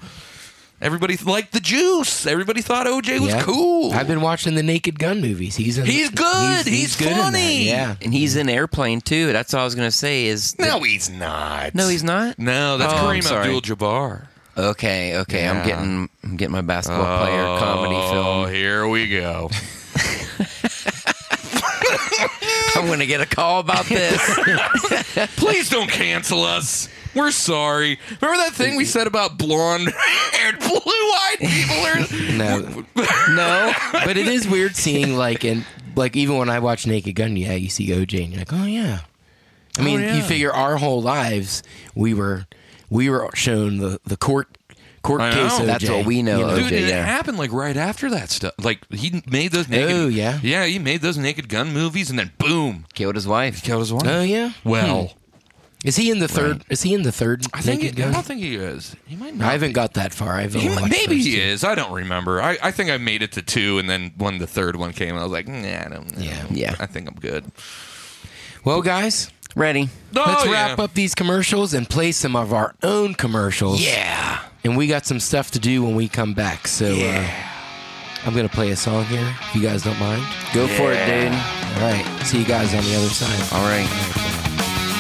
C: everybody th- liked the juice. Everybody thought O.J. was
B: Yeah.
C: cool.
B: I've been watching the Naked Gun movies. He's in
C: He's good. He's
B: in that.
C: funny.
B: Yeah.
D: And he's in airplane too. That's all I was gonna say is
C: no, he's not.
D: No, he's not.
C: No, that's
D: Oh, I'm
C: Kareem
D: sorry.
C: Abdul-Jabbar.
D: Okay, okay. I'm
C: Yeah.
D: getting I'm getting my basketball player comedy
C: Oh,
D: film.
C: here we go.
D: I'm gonna get a call about this.
C: Please don't cancel us. We're sorry. Remember that thing we said about blonde-haired, blue-eyed people? Or-
B: No, no, but it is weird seeing like and like even when I watch Naked Gun, yeah, you see OJ and you're like, oh yeah. I mean,
C: Oh, yeah.
B: you figure our whole lives we were we were shown the the court court
C: I
B: case.
C: know.
B: OJ,
D: That's what we know,
B: you
C: Dude,
D: OJ,
C: it
D: yeah.
C: happened like right after that stuff. Like he made those naked.
B: Oh, yeah.
C: Yeah, he made those naked gun movies, and then boom,
D: Killed his wife.
C: killed his wife.
B: Oh yeah. Hmm.
C: Well,
B: Is he in the third? Is he in the third
C: I think
B: Naked
C: he, I
B: Gun?
C: don't think he is. He might
B: I
C: not.
B: haven't got that far. I've
C: he
B: only
C: might,
B: watched
C: maybe
B: those
C: he
B: two.
C: is. I don't remember. I, I think I made it to two, and then when the third one came, I was like, nah, I don't. Know.
B: Yeah.
D: Yeah.
C: I think I'm good.
B: Well, guys,
D: Ready?
C: Oh,
B: let's
C: yeah.
B: wrap up these commercials and play some of our own commercials.
D: Yeah.
B: And we got some stuff to do when we come back. So uh, I'm going to play a song here, if you guys don't mind.
D: Go for it, dude.
B: All right. See you guys on the other side.
D: All right.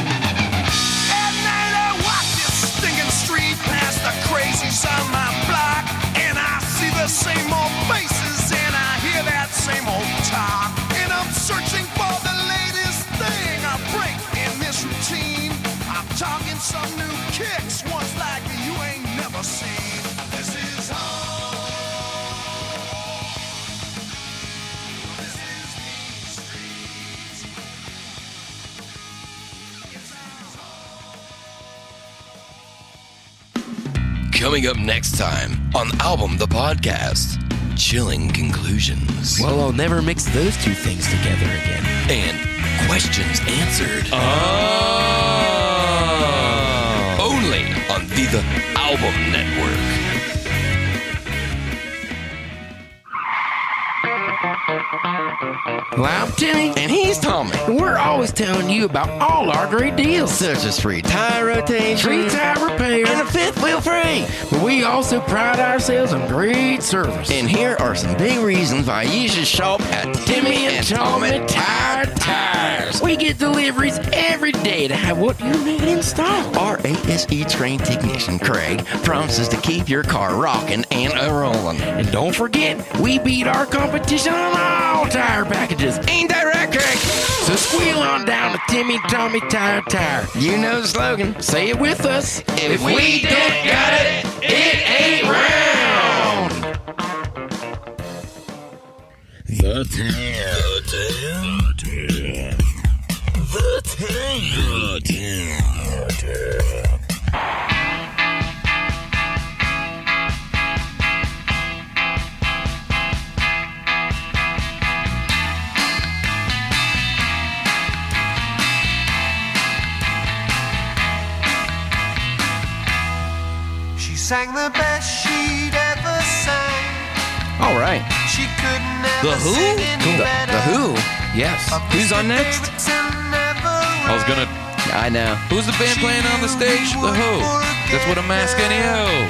E: At night I walk this stinking street past the crazies on my block, and I see the same old faces and I hear that same old talk. And I'm searching for the latest thing I break in this routine. I'm talking some new kicks, ones like you ain't never seen. This is home. This is Main Street. It's our home.
F: Coming up next time on Album the Podcast Chilling Conclusions
B: Well, I'll never mix those two things together again.
F: and Questions Answered.
C: Oh.
F: only on the, the Album Network.
B: Well, I'm Timmy,
D: And he's Tommy.
B: and we're always telling you about all our great deals.
D: Such as free tire rotation.
B: Free tire repair.
D: And a fifth wheel free.
B: But we also pride ourselves on great service.
D: And here are some big reasons why you should shop at Timmy and Tommy Tire Tires.
B: We get deliveries every day to have what you need in stock.
D: Our ASE E trained technician Craig promises to keep your car rocking and a rolling.
B: And don't forget, we beat our competition on all tire packages.
D: Ain't that right, Craig?
B: So squeal on down to Timmy Tommy Tire Tire.
D: You know the slogan.
B: Say it with us.
D: If we don't got it, it ain't round.
A: The Tale. The Tale. The Tale.
E: She sang the best she'd ever sang.
D: All right.
E: She couldn't
C: The
E: ever
C: Who?
E: sing any
D: The,
E: better.
D: the Who?
C: Yes.
D: Who's on next?
C: I was gonna.
D: I know.
C: Who's the band playing on the stage? The Who. That's what E I'm asking you.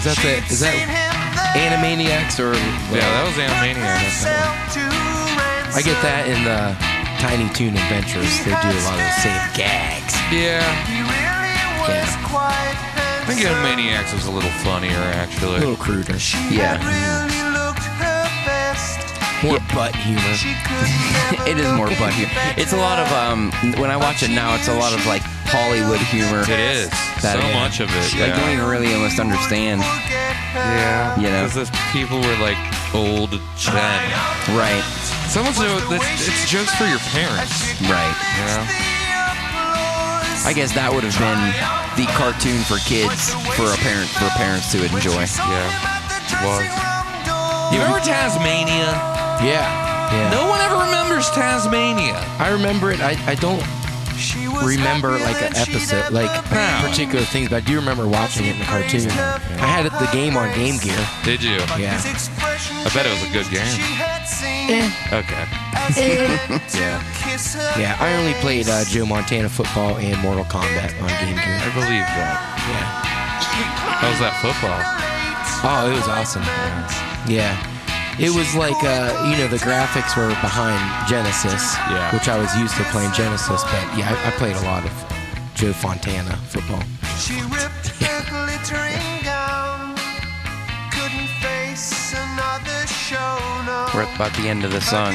B: Is that the, Oh, is that Animaniacs or
C: Yeah, that was Animaniac.
B: I get that in the Tiny Toon Adventures. They do a lot of the same gags.
C: Yeah,
E: I
C: I think Animaniacs was a little funnier
B: A
C: actually.
B: little cruder.
D: Yeah.
E: Really looked her best.
B: More butt humor.
D: It is more butt humor. It's a lot of um. When I watch it now, it's a lot of like Hollywood humor.
C: It is
D: That-
C: so much of it.
D: Like, you don't
C: Yeah,
D: even really almost understand.
C: yeah.
D: you know.
C: because those people were like old then.
D: Right,
C: Someone said it's, it's jokes for your parents.
D: right.
C: You know?
D: I guess that would have been the cartoon for kids for a parent for parents to enjoy.
C: Yeah, it was. You remember Tasmania?
B: Yeah. Yeah.
C: No one ever remembers Tasmania.
B: I remember it. I, I don't remember like an episode, like
C: No.
B: particular things, but I do remember watching it in the cartoon. I had it, the game on Game Gear.
C: Did you?
B: Yeah.
C: I bet it was a good game. Okay.
B: Yeah. I only played uh, Joe Montana football and Mortal Kombat on Game
C: I
B: Gear.
C: believe that.
B: Yeah.
C: How's that football?
B: Oh, it was awesome. Yeah. It was like, uh, you know, the graphics were behind Genesis,
C: Yeah.
B: which I was used to playing Genesis, but yeah, I, I played a lot of Joe Fontana football.
D: We're at about the end of the song.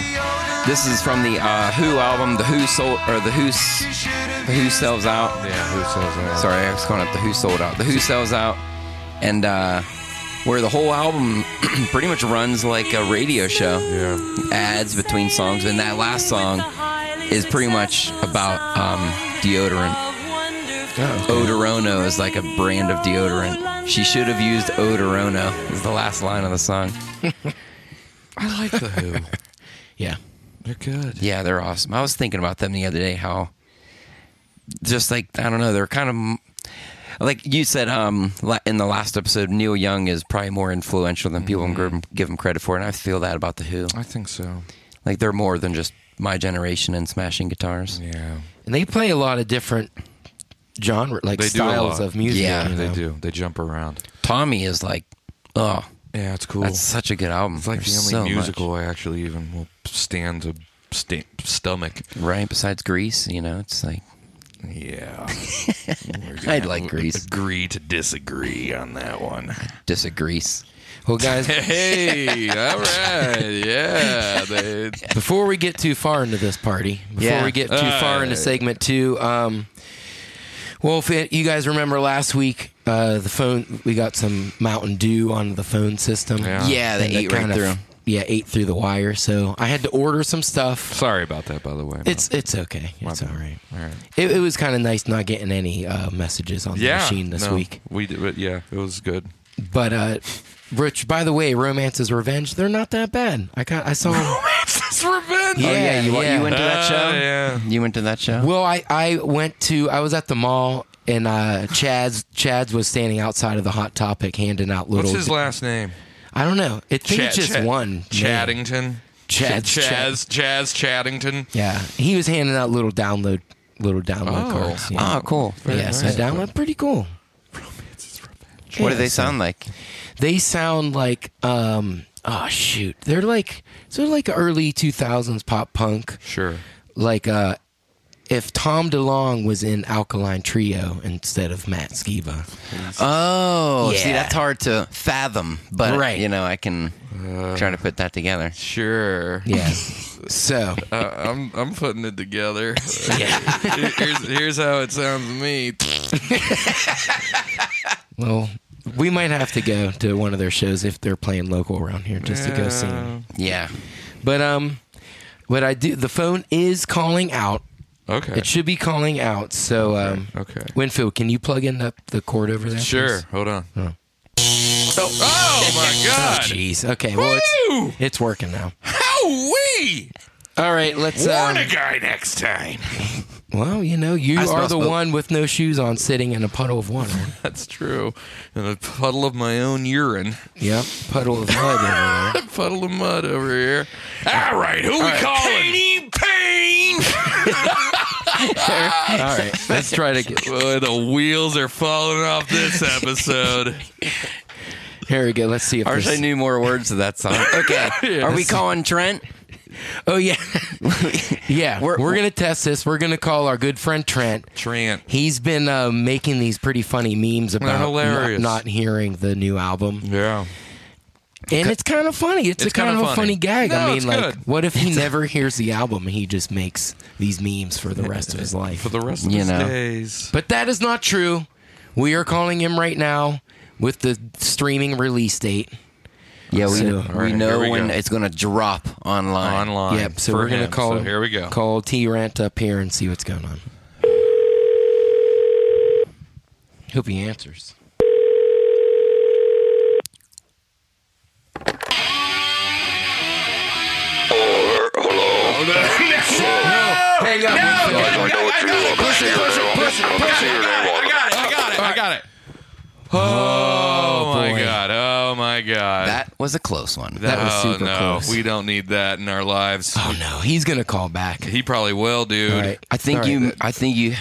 D: This is from the uh, Who album, the Who sold or the Who S- the Who sells out.
C: Yeah, who sells that?
D: Sorry, I was calling it the Who sold out. The Who sells out, and uh, where the whole album pretty much runs like a radio show.
C: Yeah.
D: Ads between songs, and that last song is pretty much about um, deodorant. Odorono is like a brand of deodorant. She should have used Odorono. Is the last line of the song.
C: I like the Who.
B: Yeah.
C: They're good.
D: Yeah, they're awesome. I was thinking about them the other day. How just like I don't know, they're kind of like you said um la- in the last episode. Neil Young is probably more influential than people give him- give him credit for, and I feel that about the Who.
C: Mm-hmm. I think so.
D: Like they're more than just my generation and smashing guitars.
C: Yeah.
B: And they play a lot of different genre, like
C: They do a
B: styles
C: lot.
B: of music.
D: Yeah,
B: you
C: They
B: know?
C: do. They jump around.
D: Tommy is like, oh,
C: Yeah, it's cool.
D: that's such a good album.
C: it's like the
D: There's
C: only
D: so much.
C: musical I actually even will stand to sta- stomach.
D: right? Besides Grease, you know, it's like
C: Yeah.
D: I'd like Grease.
C: Agree to disagree on that one.
D: Disagrees.
B: Well, guys,
C: Hey, all right. Yeah. They,
B: before we get too far into this party, before
D: Yeah.
B: we get too far into
C: Alright.
B: segment two, um, well, if it, you guys remember last week, uh, the phone we got some Mountain Dew on the phone system.
C: Yeah.
D: Yeah, they
B: And
D: ate right
B: kinda-
D: through.
B: Yeah, ate through the wire. So I had to order some stuff.
C: sorry about that, by the way.
B: It's it's okay.
C: My
B: It's
C: bad.
B: all right.
C: all right.
B: It, it was kind of nice not getting any uh, messages on the machine this
C: no,
B: week.
C: We did, but yeah, it was good.
B: But uh Rich, by the way, Romance is Revenge, they're not that bad. I got I saw
C: It's revenge.
B: Yeah,
D: oh yeah, you,
B: yeah.
D: you went to that show.
C: Oh, yeah.
D: You went to that show.
B: Well, I I went to I was at the mall and uh Chad's Chad's was standing outside of the hot topic handing out little
C: What's his last name?
B: I don't know. It think it's
C: Chad-
B: just
C: Chad-
B: one. name.
C: Chaddington.
B: Chad-
C: Chaz. Chaz Chaddington.
B: Yeah. He was handing out little download little download
C: Oh.
B: cards. Yeah.
D: Oh, cool.
B: yes, I download pretty cool.
D: What do
B: Yeah,
D: they
B: so-
D: sound like?
B: they sound like um oh shoot they're like sort of like early 2000s pop punk
C: Sure.
B: like uh if Tom DeLonge was in Alkaline Trio instead of Matt Skiba,
D: Oh,
B: Yeah.
D: see, that's hard to fathom, but
B: Right.
D: you know, I can try to put that together.
C: Sure.
B: yeah. so
C: Uh, I'm I'm putting it together. Here- here's here's how it sounds to me.
B: well, we might have to go to one of their shows if they're playing local around here just to go see them.
D: Yeah,
B: But um, what I do the phone is calling out.
C: Okay.
B: It should be calling out. So um,
C: Okay.
B: Winfield, can you plug in up the cord over there?
C: Sure.
B: please?
C: Hold on.
B: Oh.
C: Oh, oh my
B: Oh,
C: God.
B: jeez. Okay. Well, it's
C: Woo!
B: it's working now.
C: How we
B: All right, let's.
C: warn
B: Um,
C: a guy next time.
B: well, you know, you
D: I
B: are
D: smell
B: the
D: smoke.
B: one with no shoes on, sitting in a puddle of water.
C: That's true. In a puddle of my own urine.
B: yep, puddle of mud. Over there.
C: puddle of mud over here. All right, who we calling? Painting pain.
B: All right, let's try to get.
C: Boy, the wheels are falling off this episode.
B: Here we go. Let's see if.
D: I wish I
B: This,
D: knew more words to that song. Okay, are we calling Trent?
B: oh yeah, yeah. We're,
D: We're-
B: we're gonna test this. We're gonna call our good friend Trent.
C: Trant.
B: He's been uh, making these pretty funny memes about
C: hilarious.
B: Not, not hearing the new album,
C: Yeah.
B: And it's kind of funny. It's,
C: It's
B: a kind
C: kinda
B: of a
C: funny.
B: funny gag.
C: No,
B: I mean,
C: it's
B: like,
C: good.
B: what if he never hears the album and he just makes these memes for the rest of his life?
C: for the rest of
D: You
C: his
D: know.
C: days.
B: But that is not true. We are calling him right now with the streaming release date.
D: Yeah, we,
B: So-
D: know-
B: All
D: we
C: right,
D: know
C: here we
D: when
C: go.
D: it's going to drop online.
C: Online.
B: yep. So
C: for
B: we're gonna
C: him.
B: call.
C: So here we go.
B: Call T Rant up here and see what's going on. Hope he answers. Hang up.
F: I know what you're doing. I'm
C: I
F: seeing
C: got it. I got it. I got it. Oh, my god. Oh my god.
D: That was a close one.
B: that was
C: oh,
B: super
C: no,
B: close.
C: we don't need that in our lives.
B: Oh no, he's gonna call back.
C: He probably will, dude.
B: All right.
D: I think
B: All right,
D: you.
B: that-
D: I think you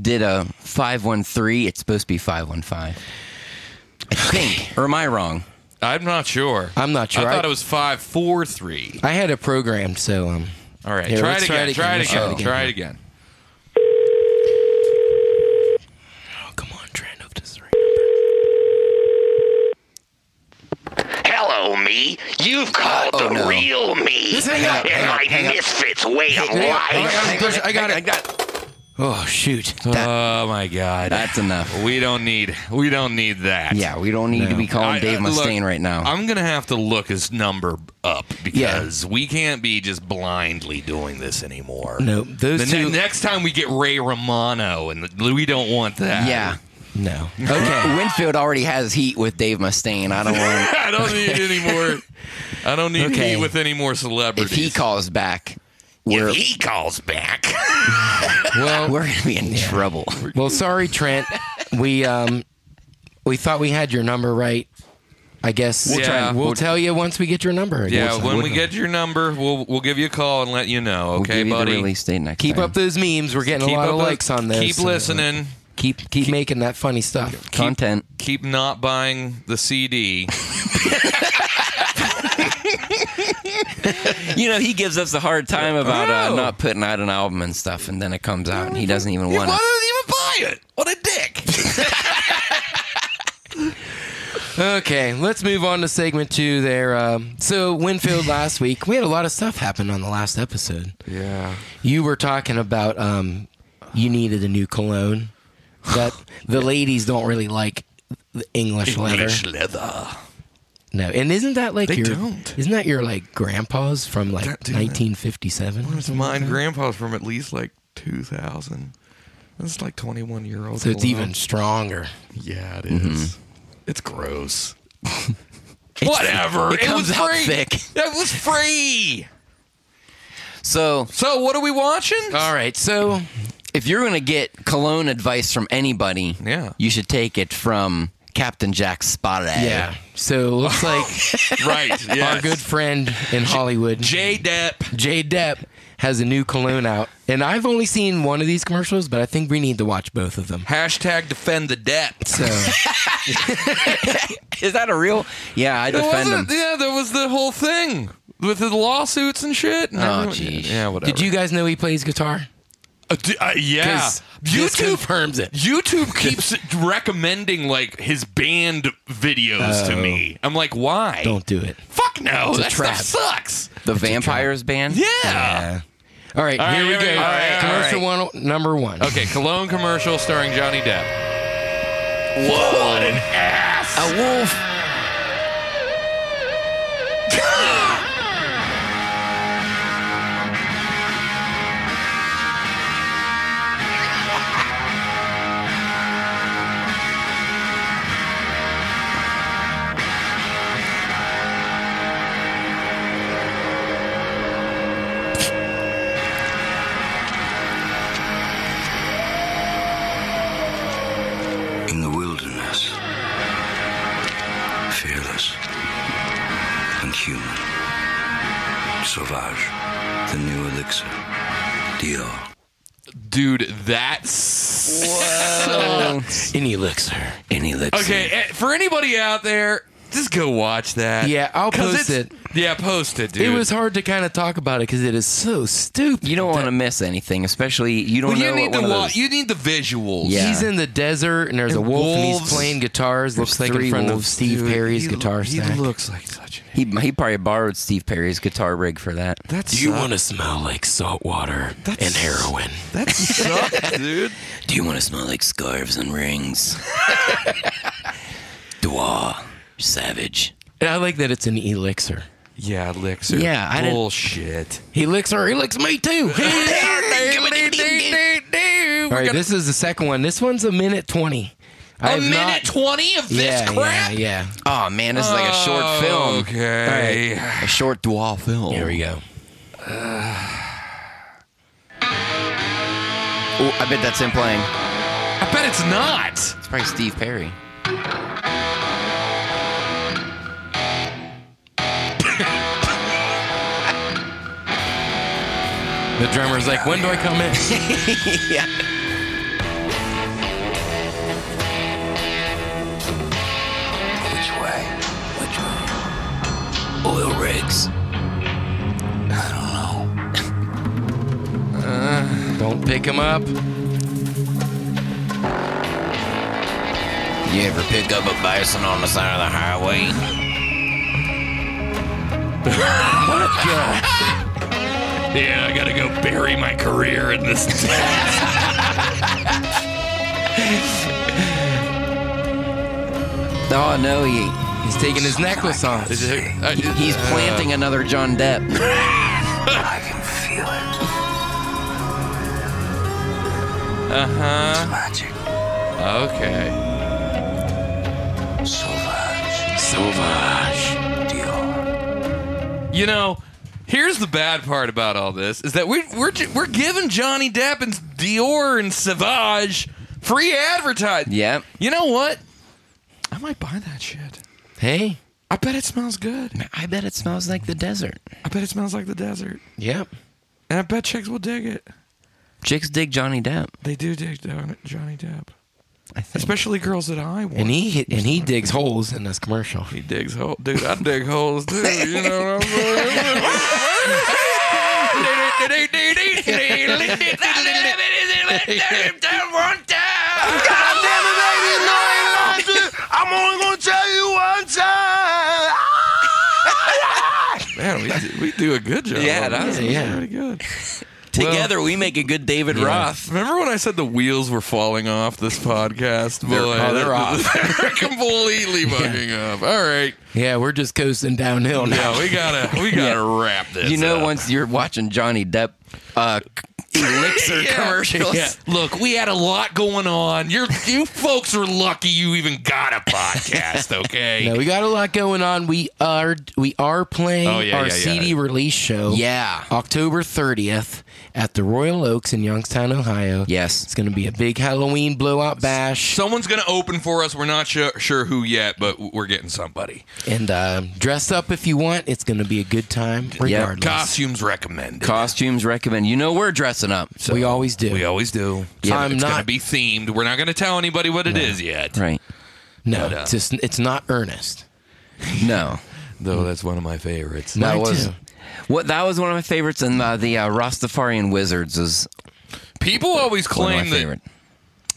D: did a five one three. It's supposed to be five one five. I think, or am I wrong?
C: I'm not sure.
B: I'm not sure.
C: I thought
B: I-
C: it was five, four, three.
B: I had it programmed, so um.
C: All right,
B: Here,
C: try,
B: let's
C: it
B: try
C: again,
B: it
C: try it
B: again,
C: again.
B: let's
C: Try it again.
B: Oh come on, Trent, up to three.
K: Hello, me. You've called
D: Oh,
K: the
D: no.
K: real me.
B: hang up,
K: and my misfits way of life.
B: I got it. Oh shoot.
C: oh my god,
D: That's enough.
C: we don't need we don't need that.
D: Yeah, we don't need to be calling
C: I-
D: Dave
C: I- look,
D: Mustaine right now.
C: I'm gonna have to look his number up because we can't be just blindly doing this anymore.
B: No,
C: The
B: those
C: ne-
B: two.
C: next time we get Ray Romano, and the, we don't want that.
D: yeah.
B: no.
D: Okay. Winfield already has heat with Dave Mustaine. I don't want.
C: I don't need any more. I don't need
B: Okay.
C: heat with any more celebrities.
D: if he calls back, we're
K: If he calls back.
B: Well,
D: we're gonna be in trouble.
B: well, sorry, Trent. We um, we thought we had your number right. I guess
C: We'll try- Yeah.
B: We'll, tell you once we get your number.
C: yeah,
B: We'll-
C: when
B: we'll-
C: we get your number, we'll we'll give you a call and let you know.
D: We'll
C: Okay,
D: give you
C: buddy.
D: the release date next.
B: keep
D: time.
B: up those memes. We're getting
C: Keep
B: a lot
C: up
B: of
C: the-
B: likes on those.
C: Keep
B: so, uh,
C: listening.
B: Keep keep making that funny stuff.
D: content.
C: Keep not buying the CD.
D: You know, he gives us a hard time about uh,
C: know.
D: not putting out an album and stuff, and then it comes out, and he doesn't even
C: Why
D: want it.
C: didn't even buy it? What a dick.
B: Okay, let's move on to segment two. There. Um, so Winfield last week, we had a lot of stuff happen on the last episode.
C: Yeah.
B: You were talking about um, you needed a new cologne that the ladies don't really like the English, leather.
C: leather.
B: No, and isn't that like
C: They
B: your
C: don't.
B: isn't that your like grandpa's from like
C: Don't do that.
B: 1957?
C: It's mine. Grandpa's from at least like 2000. That's like 21 year old.
B: So it's
C: cologne.
B: even Mm-hmm. stronger.
C: Yeah, it is. It's gross. Whatever.
D: It comes
C: was
D: out
C: free.
D: thick.
C: It was free.
D: So,
C: So what are we watching?
B: All right, so
D: if you're gonna get cologne advice from anybody,
C: Yeah.
D: you should take it from Captain Jack Spotted.
B: yeah, Oh, so it looks like
C: right.
B: our good friend in Hollywood,
C: J Depp.
B: J Depp, has a new cologne out, and I've only seen one of these commercials, but I think we need to watch both of them.
C: Hashtag defend the Depp.
B: So
D: Is that a real? Yeah, I defend him.
C: Yeah, there was the whole thing with the lawsuits and shit. And
D: Oh,
C: everyone-
D: jeez.
C: Yeah, whatever.
B: did you guys know he plays guitar?
C: Uh, d- uh, yeah.
B: 'Cause this
C: YouTube
B: confirms it.
C: YouTube keeps recommending like his band videos to me. I'm like, why?
B: Oh. Don't do it.
C: Fuck no.
B: a
C: That
B: trap.
C: stuff sucks.
D: The Vampires Band.
C: Yeah.
B: All right,
C: right,
B: here we
C: here
B: go.
C: we go. All right,
B: commercial one, number one.
C: Okay, cologne commercial starring Johnny Depp.
D: A wolf.
F: In the wilderness, fearless and human, Sauvage, the new elixir, Dior.
C: Dude, that's
B: Any elixir.
F: Any elixir.
C: Okay, eh, for anybody out there, Just go watch that.
B: Yeah, I'll
C: 'Cause
B: post
C: it's-
B: it.
C: Yeah, post it, dude.
B: It was hard to kind of talk about it because it is so stupid.
D: You don't want to miss anything, especially you don't
C: Well,
D: know
C: you need
D: what
C: the
D: one of
C: wa-
D: those-
C: you need the visuals.
D: Yeah.
B: He's in the desert and there's a wolf and he's
C: wolves.
B: playing guitars. Looks like in
D: three
B: front of
D: wolves,
B: Steve
C: Dude,
B: Perry's
C: he-
B: guitar
C: He
B: stack.
C: looks like such an.
D: He, he probably borrowed Steve Perry's guitar rig for that.
C: That's
B: Do you want to smell like salt water and heroin?
C: That sucked, dude.
D: Do you want to smell like scarves and rings? Dwa, savage.
B: And I like that it's an elixir.
C: Yeah, elixir.
B: Yeah, I didn't-
C: bullshit.
B: He licks her. He licks me too. All right, this is the second one. This one's a minute twenty. A minute twenty of this crap. Yeah, yeah.
D: Oh man, this is like a short film.
C: Oh, Okay.
D: A short Dwa film.
B: Here we go.
D: Oh, I bet that's him playing.
C: I bet it's not.
D: It's probably Steve Perry.
B: The drummer's like, "When do I come in?"
D: Which way? Which way? Oil rigs.
B: Don't pick him up.
D: You ever pick up a bison on the side of the highway?
F: Yeah, I gotta go bury my career in this.
D: Oh no, he
B: He's taking his necklace off.
C: Is it- I-
D: he's planting another John Depp.
C: okay.
B: Sauvage.
C: You know, here's the bad part about all this is that we we're ju- we're giving Johnny Depp and Dior and Savage free advertising.
D: Yep.
C: You know what? I might buy that shit.
B: Hey.
C: I bet it smells good.
D: I bet it smells like the desert.
C: I bet it smells like the desert.
B: Yep.
C: And I bet chicks will dig it.
D: Chicks dig Johnny Depp.
C: They do dig Don- Johnny Depp.
D: I think.
C: Especially girls that I want.
B: And he hit, and he digs holes in this commercial.
C: He digs holes. Dude, I dig holes too. You know what I'm saying?
K: I'm only gonna tell you one time.
C: Man, we, do- we do a good job.
D: Yeah,
C: on
D: that
C: this.
B: was-
C: It's
B: yeah.
C: pretty good.
D: Together we make a good David Roth.
C: Remember when I said the wheels were falling off this podcast? Boy,
B: oh, they're off.
C: They're completely fucking up. All right.
B: Yeah, we're just coasting downhill now.
C: Yeah, we gotta we gotta wrap this.
D: You know,
C: up.
D: once you're watching Johnny Depp uh, elixir commercials,
C: Yeah. Look, we had a lot going on. You're, you folks are lucky you even got a podcast, okay?
B: No, we got a lot going on. We are we are playing
C: Oh, yeah,
B: our
C: yeah, yeah.
B: CD release show.
D: Yeah.
B: October 30th at the Royal Oaks in Youngstown, Ohio.
D: Yes.
B: It's going to be a big Halloween blowout bash
C: Someone's going to open for us. We're not sure, sure who yet, but we're getting somebody.
B: and uh, dress up if you want. It's going to be a good time regardless.
C: Costumes recommended.
D: costumes recommend. You know we're dressing up,
B: we always do.
C: we always do.
B: Yeah, I'm
C: it's going to
B: not-
C: be themed. We're not going to tell anybody what it is yet.
D: right?
B: no, it's just it's not earnest.
D: No,
C: Though that's one of my favorites.
B: Mine
D: that was
B: too.
D: what that was one of my favorites, and uh, the uh, Rastafarian Wizards is
C: People always
D: one of
C: claim
D: my
C: that
D: favorite.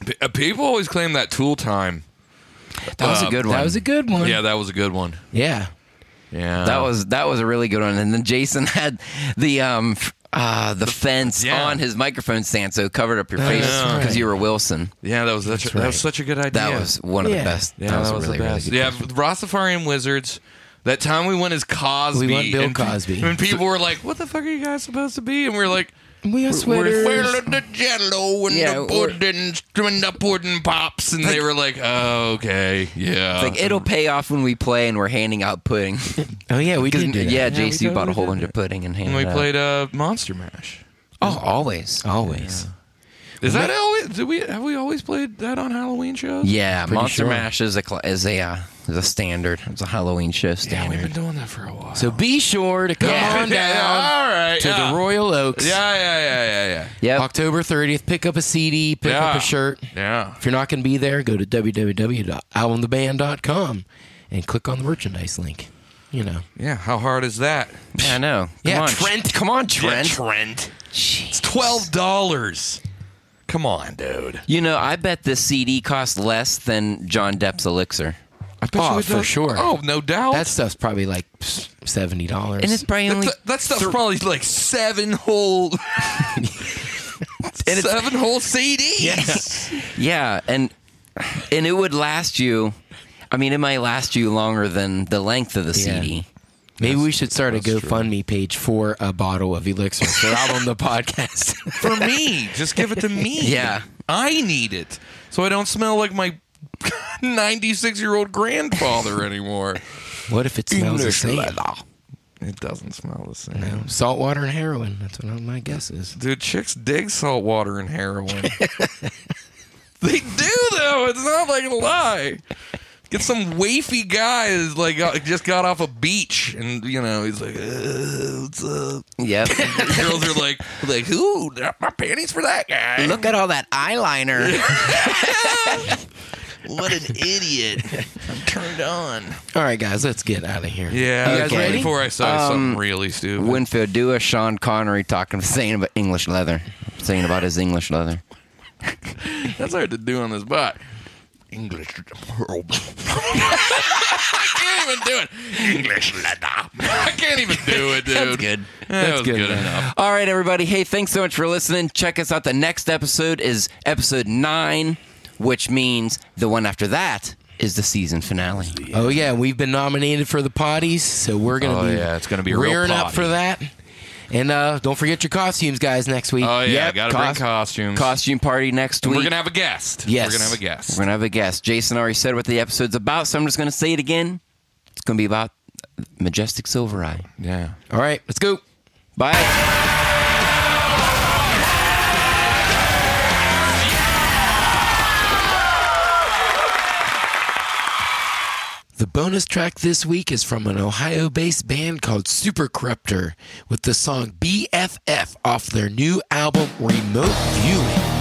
C: p- uh, people always claim that tool time.
D: That, was a
C: uh,
D: good one.
B: That was a good one.
C: Yeah, that was a good one.
B: Yeah.
C: Yeah.
D: That was that was a really good one. And then Jason had the um f- uh the fence
C: yeah.
D: on his microphone stand, so it covered up your face
B: know.
D: because you were Wilson.
C: Yeah, that was such, that was such a good idea.
D: That was one of
B: Yeah.
D: the best.
C: Yeah, that, was,
D: a really,
C: the
D: really
C: best.
D: good
C: yeah,
D: question.
C: Rastafarian Wizards. That time we went as Cosby.
B: We went Bill
C: and pe-
B: Cosby.
C: And people were like, what the fuck are you guys supposed to be? And we were like,
B: We got
C: we're,
B: sweaters.
C: we're the jello and
D: Yeah,
C: the
D: we're-
C: pudding and the pudding pops. And they were like, oh, okay, yeah.
D: It's like it'll pay off when we play and we're handing out pudding.
B: oh yeah, we
D: 'Cause,
B: did do that.
D: yeah,
C: we
D: JC
C: totally
D: bought a whole
C: did
D: bunch
C: that.
D: of pudding and handed
C: and we
D: it out.
C: played uh, Monster Mash.
D: Oh, always.
B: Always.
C: Is that always? Did we have we always played that on Halloween shows?
D: Yeah, Monster
B: sure.
D: Mash is a cl- is a uh, is a standard. It's a Halloween show
C: Yeah, Oh, we've
D: standard.
C: been doing that for a while.
B: So be sure to come
C: Yeah,
B: on down
C: yeah, all right,
B: to
C: yeah.
B: the Royal Oaks.
C: yeah, yeah, yeah, yeah, yeah.
D: Yep.
B: October 30th. Pick up a CD, pick up
C: Yeah.
B: a shirt.
C: Yeah.
B: If you're not going to be there, go to www.albumtheband.com and click on the merchandise link. You know.
C: Yeah, how hard is that?
D: Yeah, I know. Come
B: Yeah,
D: on.
B: Trent.
D: Come on,
C: Yeah,
D: Trent.
C: Trent. It's twelve dollars. Come on, dude.
D: You know, I bet this CD cost less than John Depp's Elixir.
C: I bet
B: Oh,
C: it
B: for
C: does-
B: sure.
C: Oh, no doubt.
B: That stuff's probably like seventy dollars.
D: And it's probably
C: that,
D: only.
C: that- that stuff's probably like seven whole, seven whole CDs.
D: Yeah, and and it would last you. I mean, it might last you longer than the length of the
B: Yeah.
D: CD.
B: Maybe we should start a GoFundMe page for a bottle of elixir for out on the podcast.
C: for me. Just give it to me.
D: Yeah.
C: I need it so I don't smell like my 96 year old grandfather anymore.
B: what if it smells the same?
C: It doesn't smell the same.
B: No, Salt water and heroin. That's what my guess is.
C: Dude, chicks dig salt water and heroin. they do, though. It's not like a lie. Get some wafy guy who's like uh, just got off a beach, and you know he's like, uh, "What's up?"
D: Yep.
C: The girls are like, "Like who? Not My panties for that guy."
D: Look at all that eyeliner.
C: what an idiot! I'm turned on.
B: All right, guys, let's get out of here.
C: Yeah,
D: You
C: I
D: guys
C: was right
D: ready? Um,
C: before I saw something really stupid.
D: Winfield, do a Sean Connery talking, saying about English leather, saying about his English leather.
C: That's hard to do on this bot. English. I can't even do it. English leather. I can't even do it, dude. That's
D: good.
C: That was good,
B: good, man.
C: enough.
D: All right, everybody. Hey, thanks so much for listening. Check us out. The next episode is episode nine, which means the one after that is the season finale.
B: Oh yeah, we've been nominated for the potties, so we're gonna
C: Oh,
B: be
C: yeah, it's gonna be a real
B: rearing up
C: potty.
B: for that. And uh, don't forget your costumes, guys, next week.
C: Oh yeah,
D: Yep,
C: gotta bring
D: cost-
C: costumes.
D: Costume party next
C: And
D: week.
C: We're gonna have a guest.
B: Yes.
C: We're gonna have a guest.
D: We're gonna have a guest. Jason already said what the episode's about, so I'm just gonna say it again. It's gonna be about Majestic Silvereye.
C: Yeah.
B: All right, let's go.
D: Bye.
B: The bonus track this week is from an Ohio based band called Super Corruptor with the song BFF off their new album Remote Viewing.